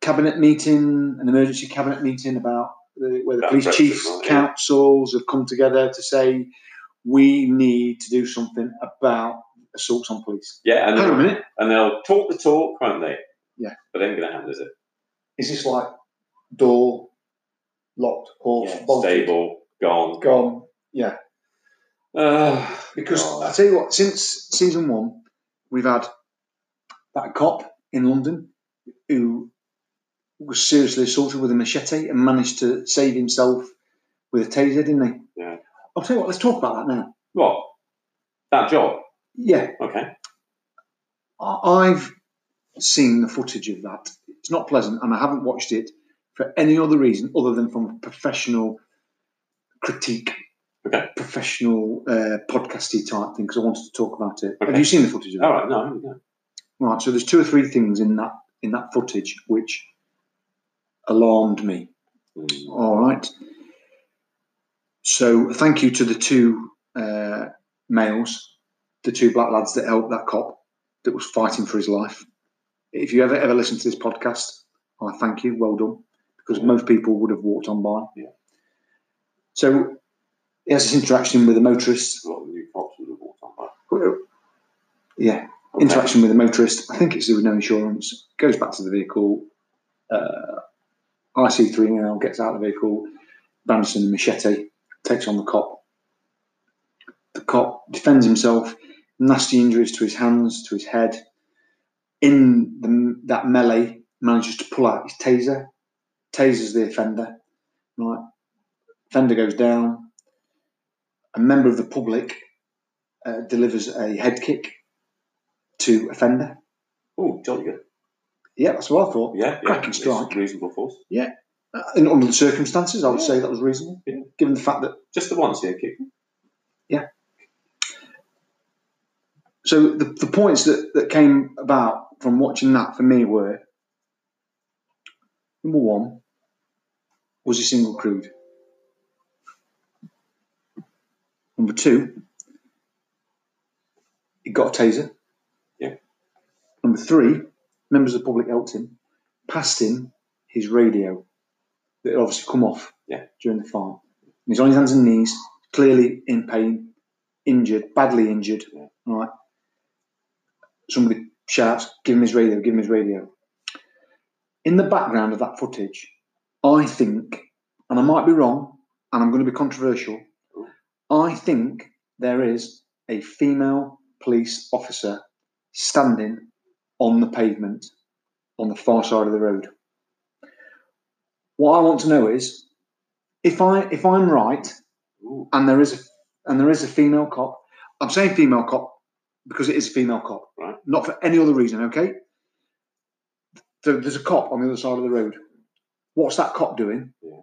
cabinet meeting, an emergency cabinet meeting about the, where the
About
police
Brexit,
chiefs,
right, yeah.
councils have come together to say we need to do something about assaults on police.
Yeah, and
Hang on a
they'll,
minute.
and they'll talk the talk, won't they?
Yeah.
But they ain't going to handle it.
Is this like door locked, horse
Yeah, Stable, gone.
gone? Yeah,
Uh,
because
God.
I tell you what, since season one, we've had that cop in London who was seriously assaulted with a machete and managed to save himself with a taser, didn't he?
Yeah.
I'll tell you what, let's talk about that now.
what? That job.
Yeah,
Okay.
I- I've seen the footage of that. It's not pleasant, and I haven't watched it for any other reason other than from a professional critique,
Okay.
professional uh, podcasty type thing because I wanted to talk about it. Have
Okay.
you seen the footage of it?
All right. No. no.
Right. So there's two or three things in that in that footage which alarmed me.
Mm.
All right. So thank you to the two uh, males, the two black lads that helped that cop that was fighting for his life. If you ever ever listen to this podcast, I thank you. Well done, because
Yeah.
most people would have walked on by.
Yeah.
So he has this interaction with a motorist.
That's what the new cops would have walked on by.
Yeah,
Okay.
interaction with a motorist. I think it's to do with no insurance. Goes back to the vehicle. Uh, IC3 now gets out of the vehicle. Branson and machete takes on the cop. The cop defends himself. Nasty injuries to his hands, to his head. In the, that melee, manages to pull out his taser. Tasers the offender. Right, offender goes down. A member of the public uh, delivers a head kick to offender.
Oh, jolly good.
Yeah, that's what I thought.
Yeah. yeah.
Cracking
It's
strike.
Reasonable force.
Uh, And under the circumstances, I would
Yeah.
say that was reasonable,
Yeah.
given the fact that.
Just the once here, kick.
So the, the points that, that came about from watching that for me were number one, was he single crude? Number two, he got a taser.
Yeah.
Number three, members of the public helped him, passed him his radio that had obviously come off
Yeah.
during the fight. And he's on his hands and knees, clearly in pain, injured, badly injured.
Yeah.
Right. Somebody shouts, give him his radio, give him his radio. In the background of that footage, I think, and I might be wrong, and I'm going to be controversial, I think there is a female police officer standing on the pavement on the far side of the road. What I want to know is if I if I'm right
Ooh.
and there is a and there is a female cop. I'm saying female cop because it is a female cop,
Right.
not for any other reason. Okay. So there's a cop on the other side of the road. What's that cop doing?
Yeah.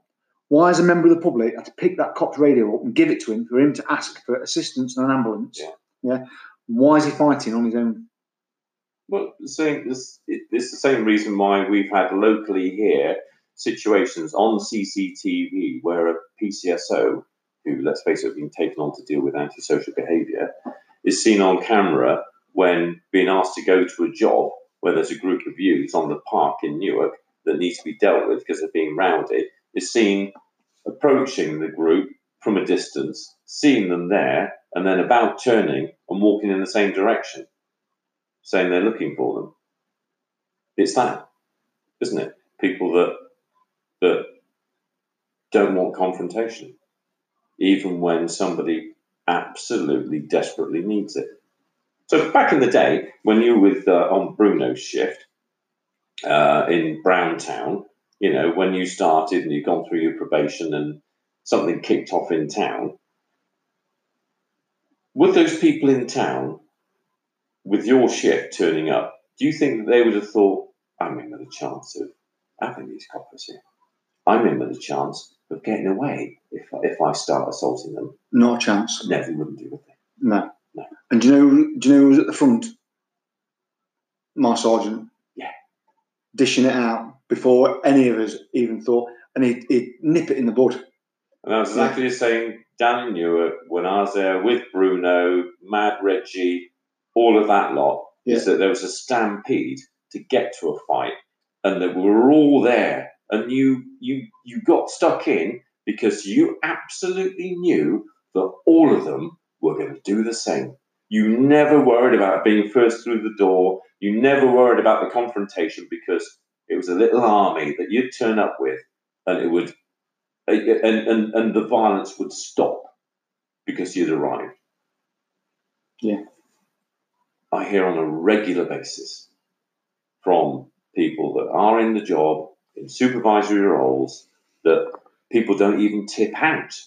Why, as a member of the public, I had to pick that cop's radio up and give it to him for him to ask for assistance and an ambulance?
Yeah.
yeah? Why is he fighting on his own?
Well, the same, this, it, it's the same reason why we've had locally here situations on CCTV where a PCSO, who, let's face it, have been taken on to deal with antisocial behaviour, is seen on camera when being asked to go to a job where there's a group of youths on the park in Newark that needs to be dealt with because they're being rowdy, is seen approaching the group from a distance, seeing them there, and then about turning and walking in the same direction saying they're looking for them. It's that, isn't it? People that that don't want confrontation, even when somebody absolutely desperately needs it. So back in the day, when you were with, uh, on Bruno's shift uh, in Browntown, you know, when you started and you'd gone through your probation and something kicked off in town, would those people in town with your shift turning up, do you think that they would have thought, I'm in with a chance of having these coppers here? I'm in with a chance of getting away if, if I start assaulting them.
Not a chance.
No, they wouldn't do it.
No.
No.
And do you know? Do you know who was at the front? My sergeant.
Yeah.
Dishing it out before any of us even thought, and he'd, he'd nip it in the bud.
And I was exactly the same down in Newark when I was there with Bruno, Mad Reggie, all of that lot, is that there was a stampede to get to a fight and that we were all there and you you you got stuck in because you absolutely knew that all of them were going to do the same. You never worried about being first through the door. You never worried about the confrontation because it was a little army that you'd turn up with and it would and, and, and the violence would stop because you'd arrived.
Yeah.
I hear on a regular basis from people that are in the job, in supervisory roles, that people don't even tip out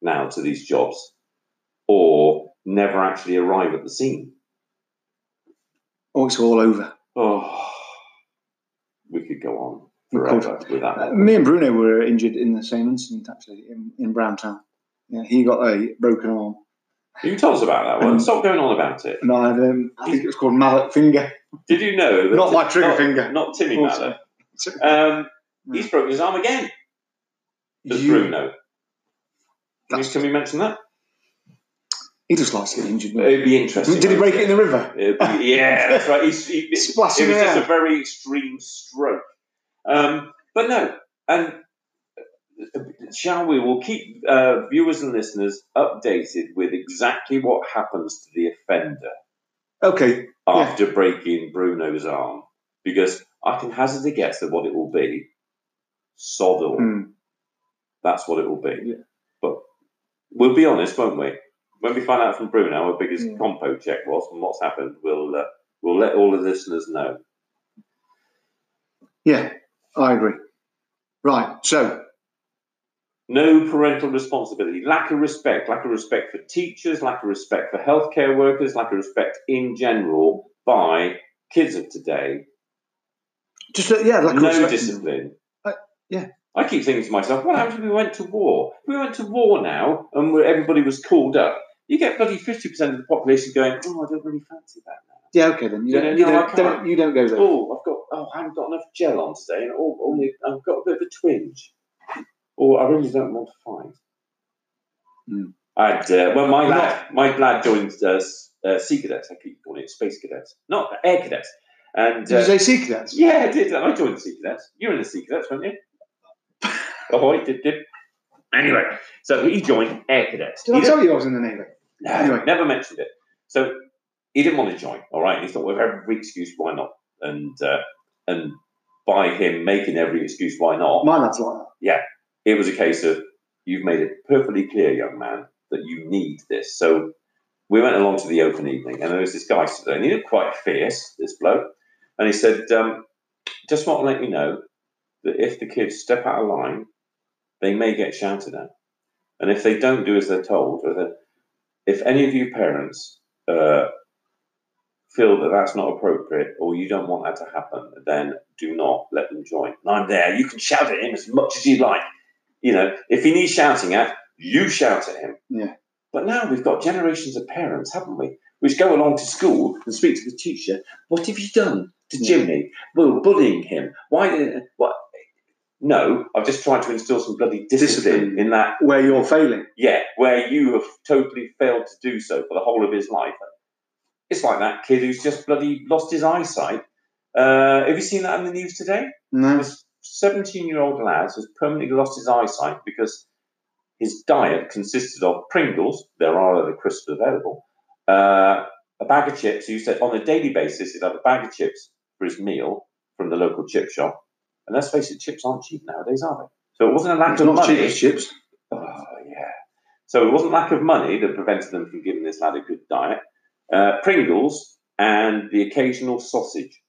now to these jobs or never actually arrive at the scene.
Oh, it's all over.
Oh, we could go on
We could.
forever with that.
Uh, me and Bruno were injured in the same incident actually in, in Browntown. Yeah, he got a broken arm,
You told us about that one.
Um,
Stop going on about it.
and I had um, I think it was called mallet finger.
Did you know? That
Not my trigger
not,
finger.
Not Timmy
Also.
Mallet. Um,
Hmm.
he's broken his arm again. Does Bruno? Can we,
That's-
can we mention that?
He just likes to get injured. doesn't
It'd be
he?
interesting.
Did he break it in the river?
It'd
*laughs*
be- yeah, that's right. He's, he, it, it was
Splashing
just a
around.
very extreme stroke. Um, but no, and uh, shall we? We'll keep uh, viewers and listeners updated with exactly what happens to the offender.
Okay.
after breaking Bruno's arm because I can hazard a guess at what it will be. Sod all.
Hmm.
That's what it will be.
Yeah.
But we'll be honest, won't we? When we find out from Bruno how big his
Yeah.
compo check was and what's happened, we'll uh, we'll let all the listeners know.
Yeah, I agree. Right. So
No parental responsibility, lack of respect, lack of respect for teachers, lack of respect for healthcare workers, lack of respect in general by kids of today
just uh, yeah, like
no
respect-
discipline.
Uh, yeah.
I keep thinking to myself, what happens if we went to war? If we went to war now and we everybody was called up, you get bloody 50% of the population going, oh, I don't really fancy that.
Yeah. Okay. Then you
Yeah, no,
don't, you,
I
don't,
can't.
don't you don't go there.
Oh, I've got, oh, I haven't got enough gel on today and oh, only, I've got a bit of a twinge. Or I really don't want to fight.
Hmm.
And, uh, well, my
Not-
lad, my lad joined uh, s- uh, Sea Cadets. I keep calling it Space Cadets. Not Air Cadets. And
Did
uh,
you say sea cadets?
Yeah, I did. I joined the Sea Cadets. You were in the Sea Cadets, weren't you? *laughs* oh, I did, did. Anyway, so he joined Air Cadets.
Did
He
I tell you I was in the navy?
didn't-
Anyway.
never mentioned it. So he didn't want to join, all right? He thought, well, every excuse, why not? And uh, and by him making every excuse, why not?
My lad's like that.
it was a case of you've made it perfectly clear, young man, that you need this. So we went along to the open evening, and there was this guy stood there, and he looked quite fierce, this bloke. And he said, um, "Just want to let you know that if the kids step out of line, they may get shouted at, and if they don't do as they're told, or that if any of you parents uh, feel that that's not appropriate, or you don't want that to happen, then do not let them join. And I'm there. You can shout at him as much as you like." You know, if he needs shouting at, you shout at him.
Yeah.
But now we've got generations of parents, haven't we? Which go along to school and speak to the teacher. What have you done to
Yeah.
Jimmy? Well, bullying him. Why did what? No, I've just tried to instill some bloody discipline,
Discipline.
in that.
Where you're failing.
Yeah, where you have totally failed to do so for the whole of his life. It's like that kid who's just bloody lost his eyesight. Uh, have you seen that on the news today?
No.
this 17 year old lad has permanently lost his eyesight because his diet consisted of Pringles, there are other crisps available, uh, a bag of chips. He used to, on a daily basis, he'd have a bag of chips for his meal from the local chip shop, And let's face it, chips aren't cheap nowadays, are they? So it wasn't a lack
It's
of
not
money.
cheap as
*laughs*
chips. *laughs*
Oh, yeah. So it wasn't lack of money that prevented them from giving this lad a good diet. Uh, Pringles and the occasional sausage.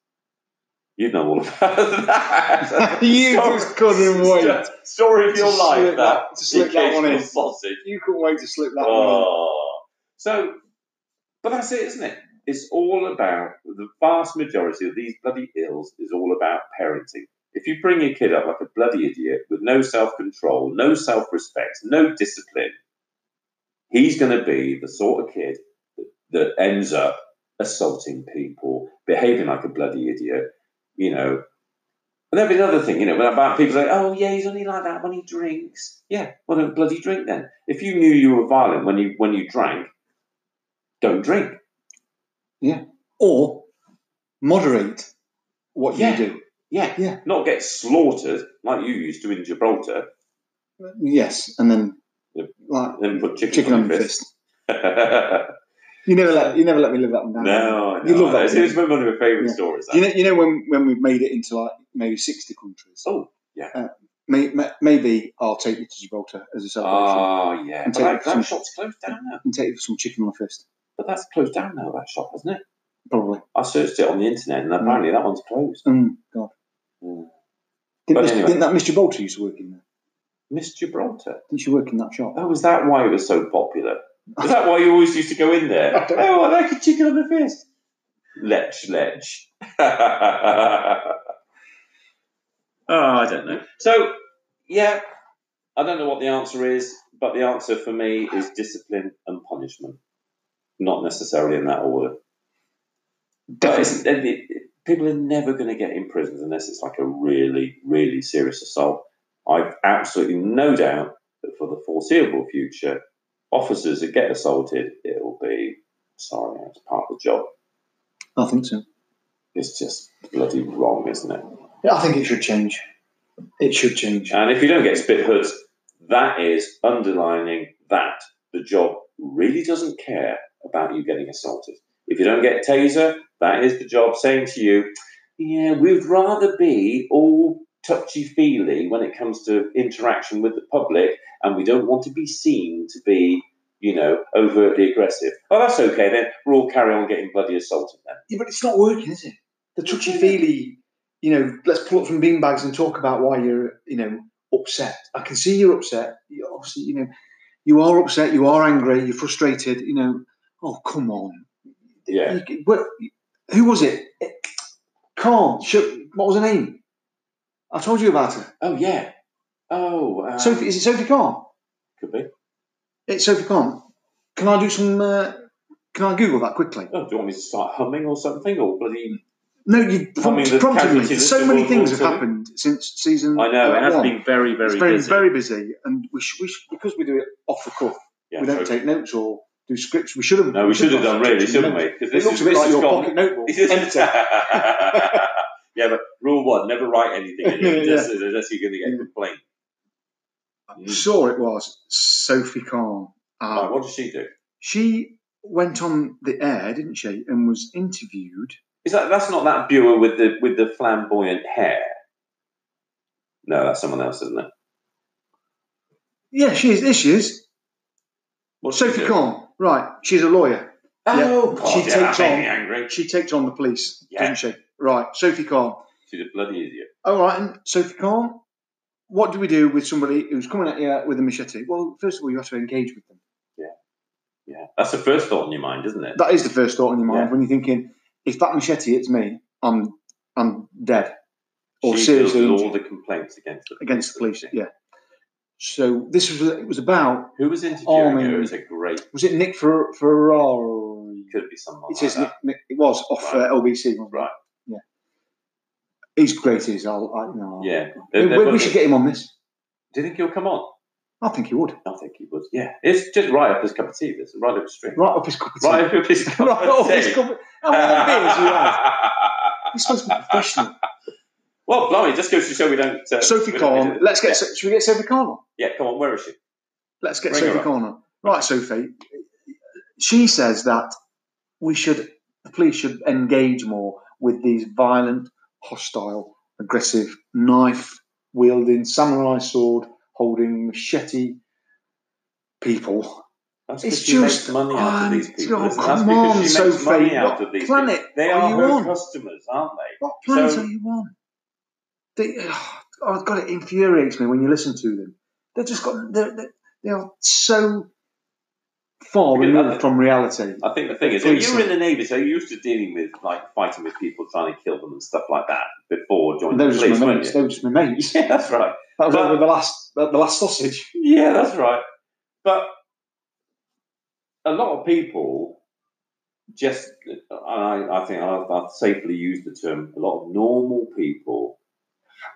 You know all about *laughs* that.
*laughs* You
Sorry.
just couldn't wait.
Story of your
To
life,
slip
that.
that- to slip
The
that one
occasional
in.
Sausage.
You couldn't wait to slip that one.
Oh. So, but that's it, isn't it? It's all about the vast majority of these bloody ills is all about parenting. If you bring your kid up like a bloody idiot with no self control, no self respect, no discipline, he's going to be the sort of kid that ends up assaulting people, behaving like a bloody idiot, you know. And there'll be another thing, you know, about people like, oh, yeah, he's only like that when he drinks. Yeah, well, don't bloody drink then. If you knew you were violent when you when you drank, don't drink.
Or moderate what
Yeah.
you do.
Yeah,
Yeah.
Not get slaughtered like you used to in Gibraltar *laughs*
Yes, and then
Yep.
like
and put chicken,
chicken
on
on
your
your
fist.
fist. You never let you never let me live that one down.
no, I
You
know,
love
I know.
that,
It's, it's been one of my favourite
Yeah.
stories.
You know, you know when, when we've made it into like maybe sixty countries.
Oh, yeah.
Uh, may, may, maybe I'll take you to Gibraltar as a celebration
oh, yeah.
And
But that,
take some-
that shop's closed down now.
and take you for some chicken on my fist,
But that's closed down now, that shop, hasn't it?
probably.
I searched it on the internet and apparently that one's closed.
Mm, God,
Mm. But
didn't, Miss-
anyway.
didn't that Miss Gibraltar used to work in there?
Miss Gibraltar.
Didn't she work in that shop?
Oh, is that why it was so popular? Is that why you always used to go in there?
*laughs* I don't know.
Oh, I like a chicken on the fist. Lech, lech. *laughs* oh, I don't know. So, yeah, I don't know what the answer is, but the answer for me is discipline and punishment. Not necessarily in that order. But
Definitely.
it's- and it- it- people are never going to get in prison unless it's like a really, really serious assault. I've absolutely no doubt that for the foreseeable future, officers that get assaulted, it'll be sorry, it's part of the job.
I think so.
It's just bloody wrong, isn't it?
Yeah, I think it should change. It should change.
And if you don't get spit hoods, that is underlining that the job really doesn't care about you getting assaulted. If you don't get taser, that is the job saying to you, yeah, we'd rather be all touchy feely when it comes to interaction with the public, and we don't want to be seen to be, you know, overtly aggressive. Oh, that's okay then. We'll all carry on getting bloody assaulted then.
Yeah, but it's not working, is it? The touchy feely, you know, let's pull up some beanbags and talk about why you're, you know, upset. I can see you're upset. You obviously, you know, you are upset. You are angry. You're frustrated. You know, oh come on.
Yeah.
You- what- who was it? it Carl. Sh- What was her name? I told you about her.
Oh yeah. Oh. Um,
Sophie. Is it Sophie Carr?
could be.
It's Sophie Carr. Can I do some? Uh, can I Google that quickly?
Oh, do you want me to start humming or something or bloody?
No, you prompted,
the
prompted me.
casualty list
So
of
many
World
things
War
have
Two.
happened since season.
I know it has
one.
been very, very,
it's very,
busy.
very busy, and we, sh- we sh- because we do it off the cuff,
yeah,
we don't
true.
take notes or do scripts. We should have.
No, we should have done really,
scripts and
shouldn't
notes.
we? Because
It looks a bit like your pocket notebook.
*laughs*
Empty.
yeah, but rule one: never write anything in it
*laughs* Yeah.
unless, unless you're going to get a complaint.
I'm sure it was Sophie Kahn. Um,
Right, what does she do?
She went on the air, didn't she, and was interviewed.
Is that that's not that viewer with the with the flamboyant hair? No, that's someone else, isn't it?
Yeah, she is. There she is.
What's she
Sophie
do?
Kahn. Right, she's a lawyer.
Oh,
Yeah.
God,
She
yeah, that
takes
made
on-
me angry.
She takes on the police,
Yeah.
doesn't she? Right, Sophie Kahn.
She's a bloody idiot.
All right, and Sophie Kahn, what do we do with somebody who's coming at you with a machete? Well, first of all, you have to engage with them.
Yeah, that's the first thought in your mind, isn't it?
That is the first thought in your mind
Yeah.
when you're thinking, if that machete hits me, I'm I'm dead or
she deals
oh, seriously
with all
injured
the complaints against the
against the police.
police.
Yeah. So this was it was about
Who was interviewing
Armin.
her is a great.
was it Nick Fer- Ferrari?
Could be someone.
It
like
is
that.
Nick, Nick. It was off
Right.
uh, LBC. wasn't it?
Right.
Yeah. He's great. He's. I'll, I, you know,
Yeah.
We,
They're- they're
we- we
both-
should get him on this.
Do you think he'll come on?
I think he would.
I think he would. Yeah. It's just right up his cup of tea. This right up his street.
Right up his cup of tea.
Right up his cup
Right
of
up
tea.
his cup of How many beers you had? He's supposed to be professional.
*laughs* well, blimey, just goes to show we don't. Uh,
Sophie
we don't- *laughs*
Kahn. Let's get.
Yeah.
So- Should we get Sophie Kahn on?
yeah. Come on. Where is she?
Let's get
Bring her
Sophie
up.
Kahn on. Right, Sophie. She says that we should, the police should engage more with these violent, hostile aggressive, knife wielding, samurai sword holding, machete people.
That's
It's
because she makes
just-
money out of these
oh,
people. isn't it? That's
come
because
on,
she makes
Sophie,
money out
what
of these
planet
people. They
are
are
you
her
on?
customers, aren't they?
What planet
So-
are you on? They, oh, oh, God, it infuriates me when you listen to them. They've just got, they're, they're, they are so far
Because
removed
I-
from reality.
I think the thing is,
Please.
you were in the navy, so you're used to dealing with like fighting with people, trying to kill them and stuff like that before joining
Those
the
are
police,
my
weren't
mates.
you?
Those are my
*laughs*
mates.
Yeah, that's right.
That was
But-
like the last, the last sausage.
Yeah, that's right. But a lot of people just, and I, I think I'll, I'll safely use the term, a lot of normal people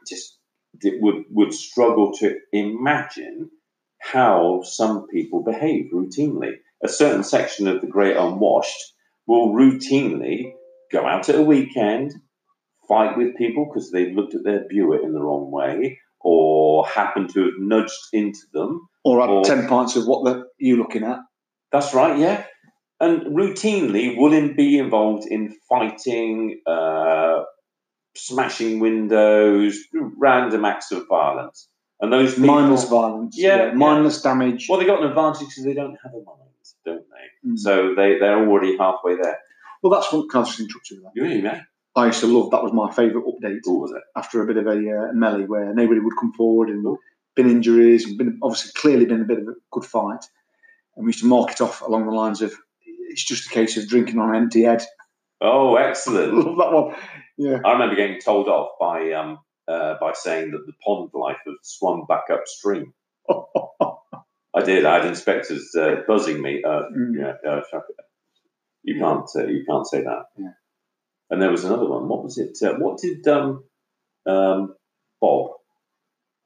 just di- would, would struggle to imagine how some people behave routinely. A certain section of the great unwashed will routinely go out at a weekend, fight with people because they've looked at their Buick in the wrong way or happen to have nudged into them
Or had
Or-
ten pints of what the, you looking at?
That's right, yeah. And routinely, will be involved in fighting, uh, smashing windows, random acts of violence. And those people,
Mindless violence.
Yeah, yeah.
mindless damage.
well, they got an advantage because they don't have a mind, don't they?
Mm.
So they they're already halfway there.
Well, that's one. Can I just interrupt you with
You really man?
that? I used to love that was my favourite update
What was it?
after a bit of a uh, melee where nobody would come forward and been injuries and been obviously clearly been a bit of a good fight, and we used to mark it off along the lines of it's just a case of drinking on an empty head. *laughs*
Oh, excellent!
love that one. Yeah.
I remember getting told off by um uh, by saying that the pond life had swum back upstream. I did. I had inspectors uh, buzzing me. Uh,
Mm.
Yeah, yeah, chuck it. You can't, uh, you can't say that.
Yeah.
And there was another one. What was it? Uh, what did um, um, Bob,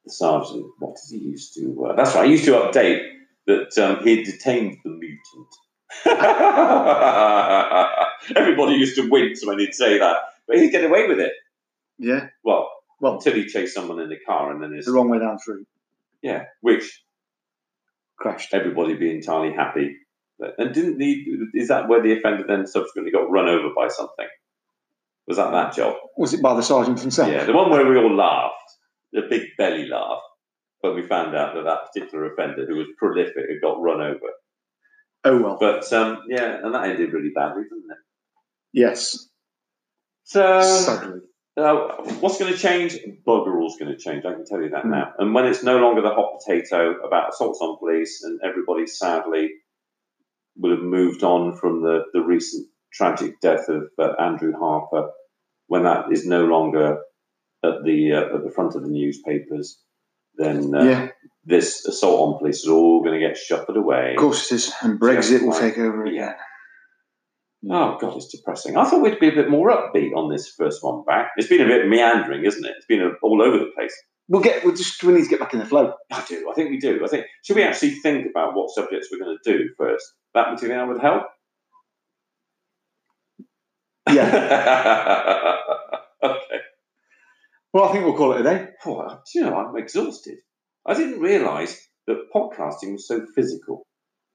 the sergeant? What did he used to? Uh, that's right. He used to update that um, he had detained the mutant. *laughs* Everybody used to wince when he'd say that, but he'd get away with it.
Yeah.
Well,
Well,
until he chased someone in the car, and then his
the wrong way down through
yeah, which
crashed.
everybody be entirely happy. And didn't the is that where the offender then subsequently got run over by something? Was that that job?
Was it by the sergeant himself?
Yeah, the one where we all laughed, the big belly laugh, when we found out that that particular offender who was prolific had got run over.
Oh well.
But um, yeah, and that ended really badly, didn't it?
Yes.
So,
Sadly.
uh, what's going to change? Bugger all's going to change. I can tell you that now. And when it's no longer the hot potato about assaults on police, and everybody sadly would have moved on from the, the recent tragic death of uh, Andrew Harper, when that is no longer at the uh, at the front of the newspapers, then uh,
yeah.
this assault on police is all going to get shuffled away.
Of course it is, and Brexit will
Just like-
take over again.
Yeah. Oh god, it's depressing. I thought we'd be a bit more upbeat on this first one back. It's been a bit meandering, isn't it? It's been a, all over the place.
We'll get. We'll just. We need to get back in the flow.
I do. I think we do. I think should we actually think about what subjects we're going to do first? That would do that would help.
Yeah.
*laughs* okay.
*laughs* well, I think we'll call it a day.
Oh, I- do you know, I'm exhausted. I didn't realise that podcasting was so physical.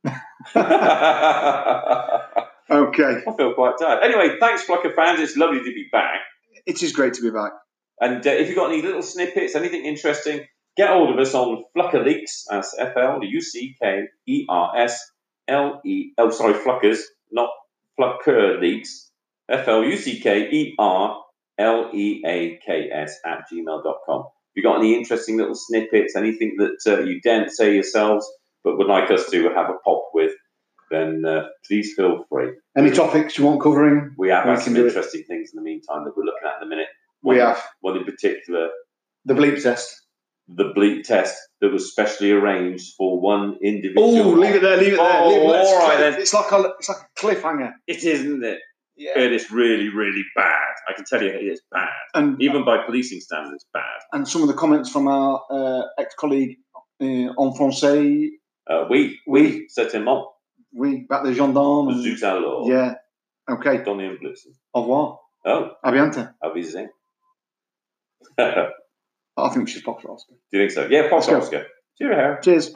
*laughs* I
Okay.
feel quite tired. Anyway, thanks, Plucker fans. It's lovely to be back.
It is great to be back.
And uh, if you've got any little snippets, anything interesting, get hold of us on Fluckerleaks. That's F L U C K E R S L E. Oh, sorry, Fluckers, not Flucker Leaks. F L U C K E R L E A K S at gmail.com. If you've got any interesting little snippets, anything that uh, you daren't say yourselves but would like us to have a pop with, then uh, please feel free.
Any topics you want covering?
We have
We
had
can
some
do it.
interesting things in the meantime that we're looking at in a minute.
We
One-
have
One in particular
the bleep test.
the bleep test that was specially arranged for one
Oh,
individual.
leave it there. Leave it there.
Oh,
leave it there. It's
all right
like-
then.
It's like a. It's like a cliffhanger.
It isn't it?
Yeah.
It is really, really bad. I can tell you, it is bad.
And
Even by policing standards, it's bad.
and some of the comments from our uh, ex-colleague uh, en français,
Uh, we, we, certainement,
we back the gendarme. and-
Zeus à l'or,
Mm. yeah. Okay.
Donny and Blitzen.
Au revoir.
Oh,
À bientôt.
*laughs* avisé. Do
I think we should pop for Oscar.
you think so? Yeah, pop
Let's go.
Oscar. Cheerio.
Cheers.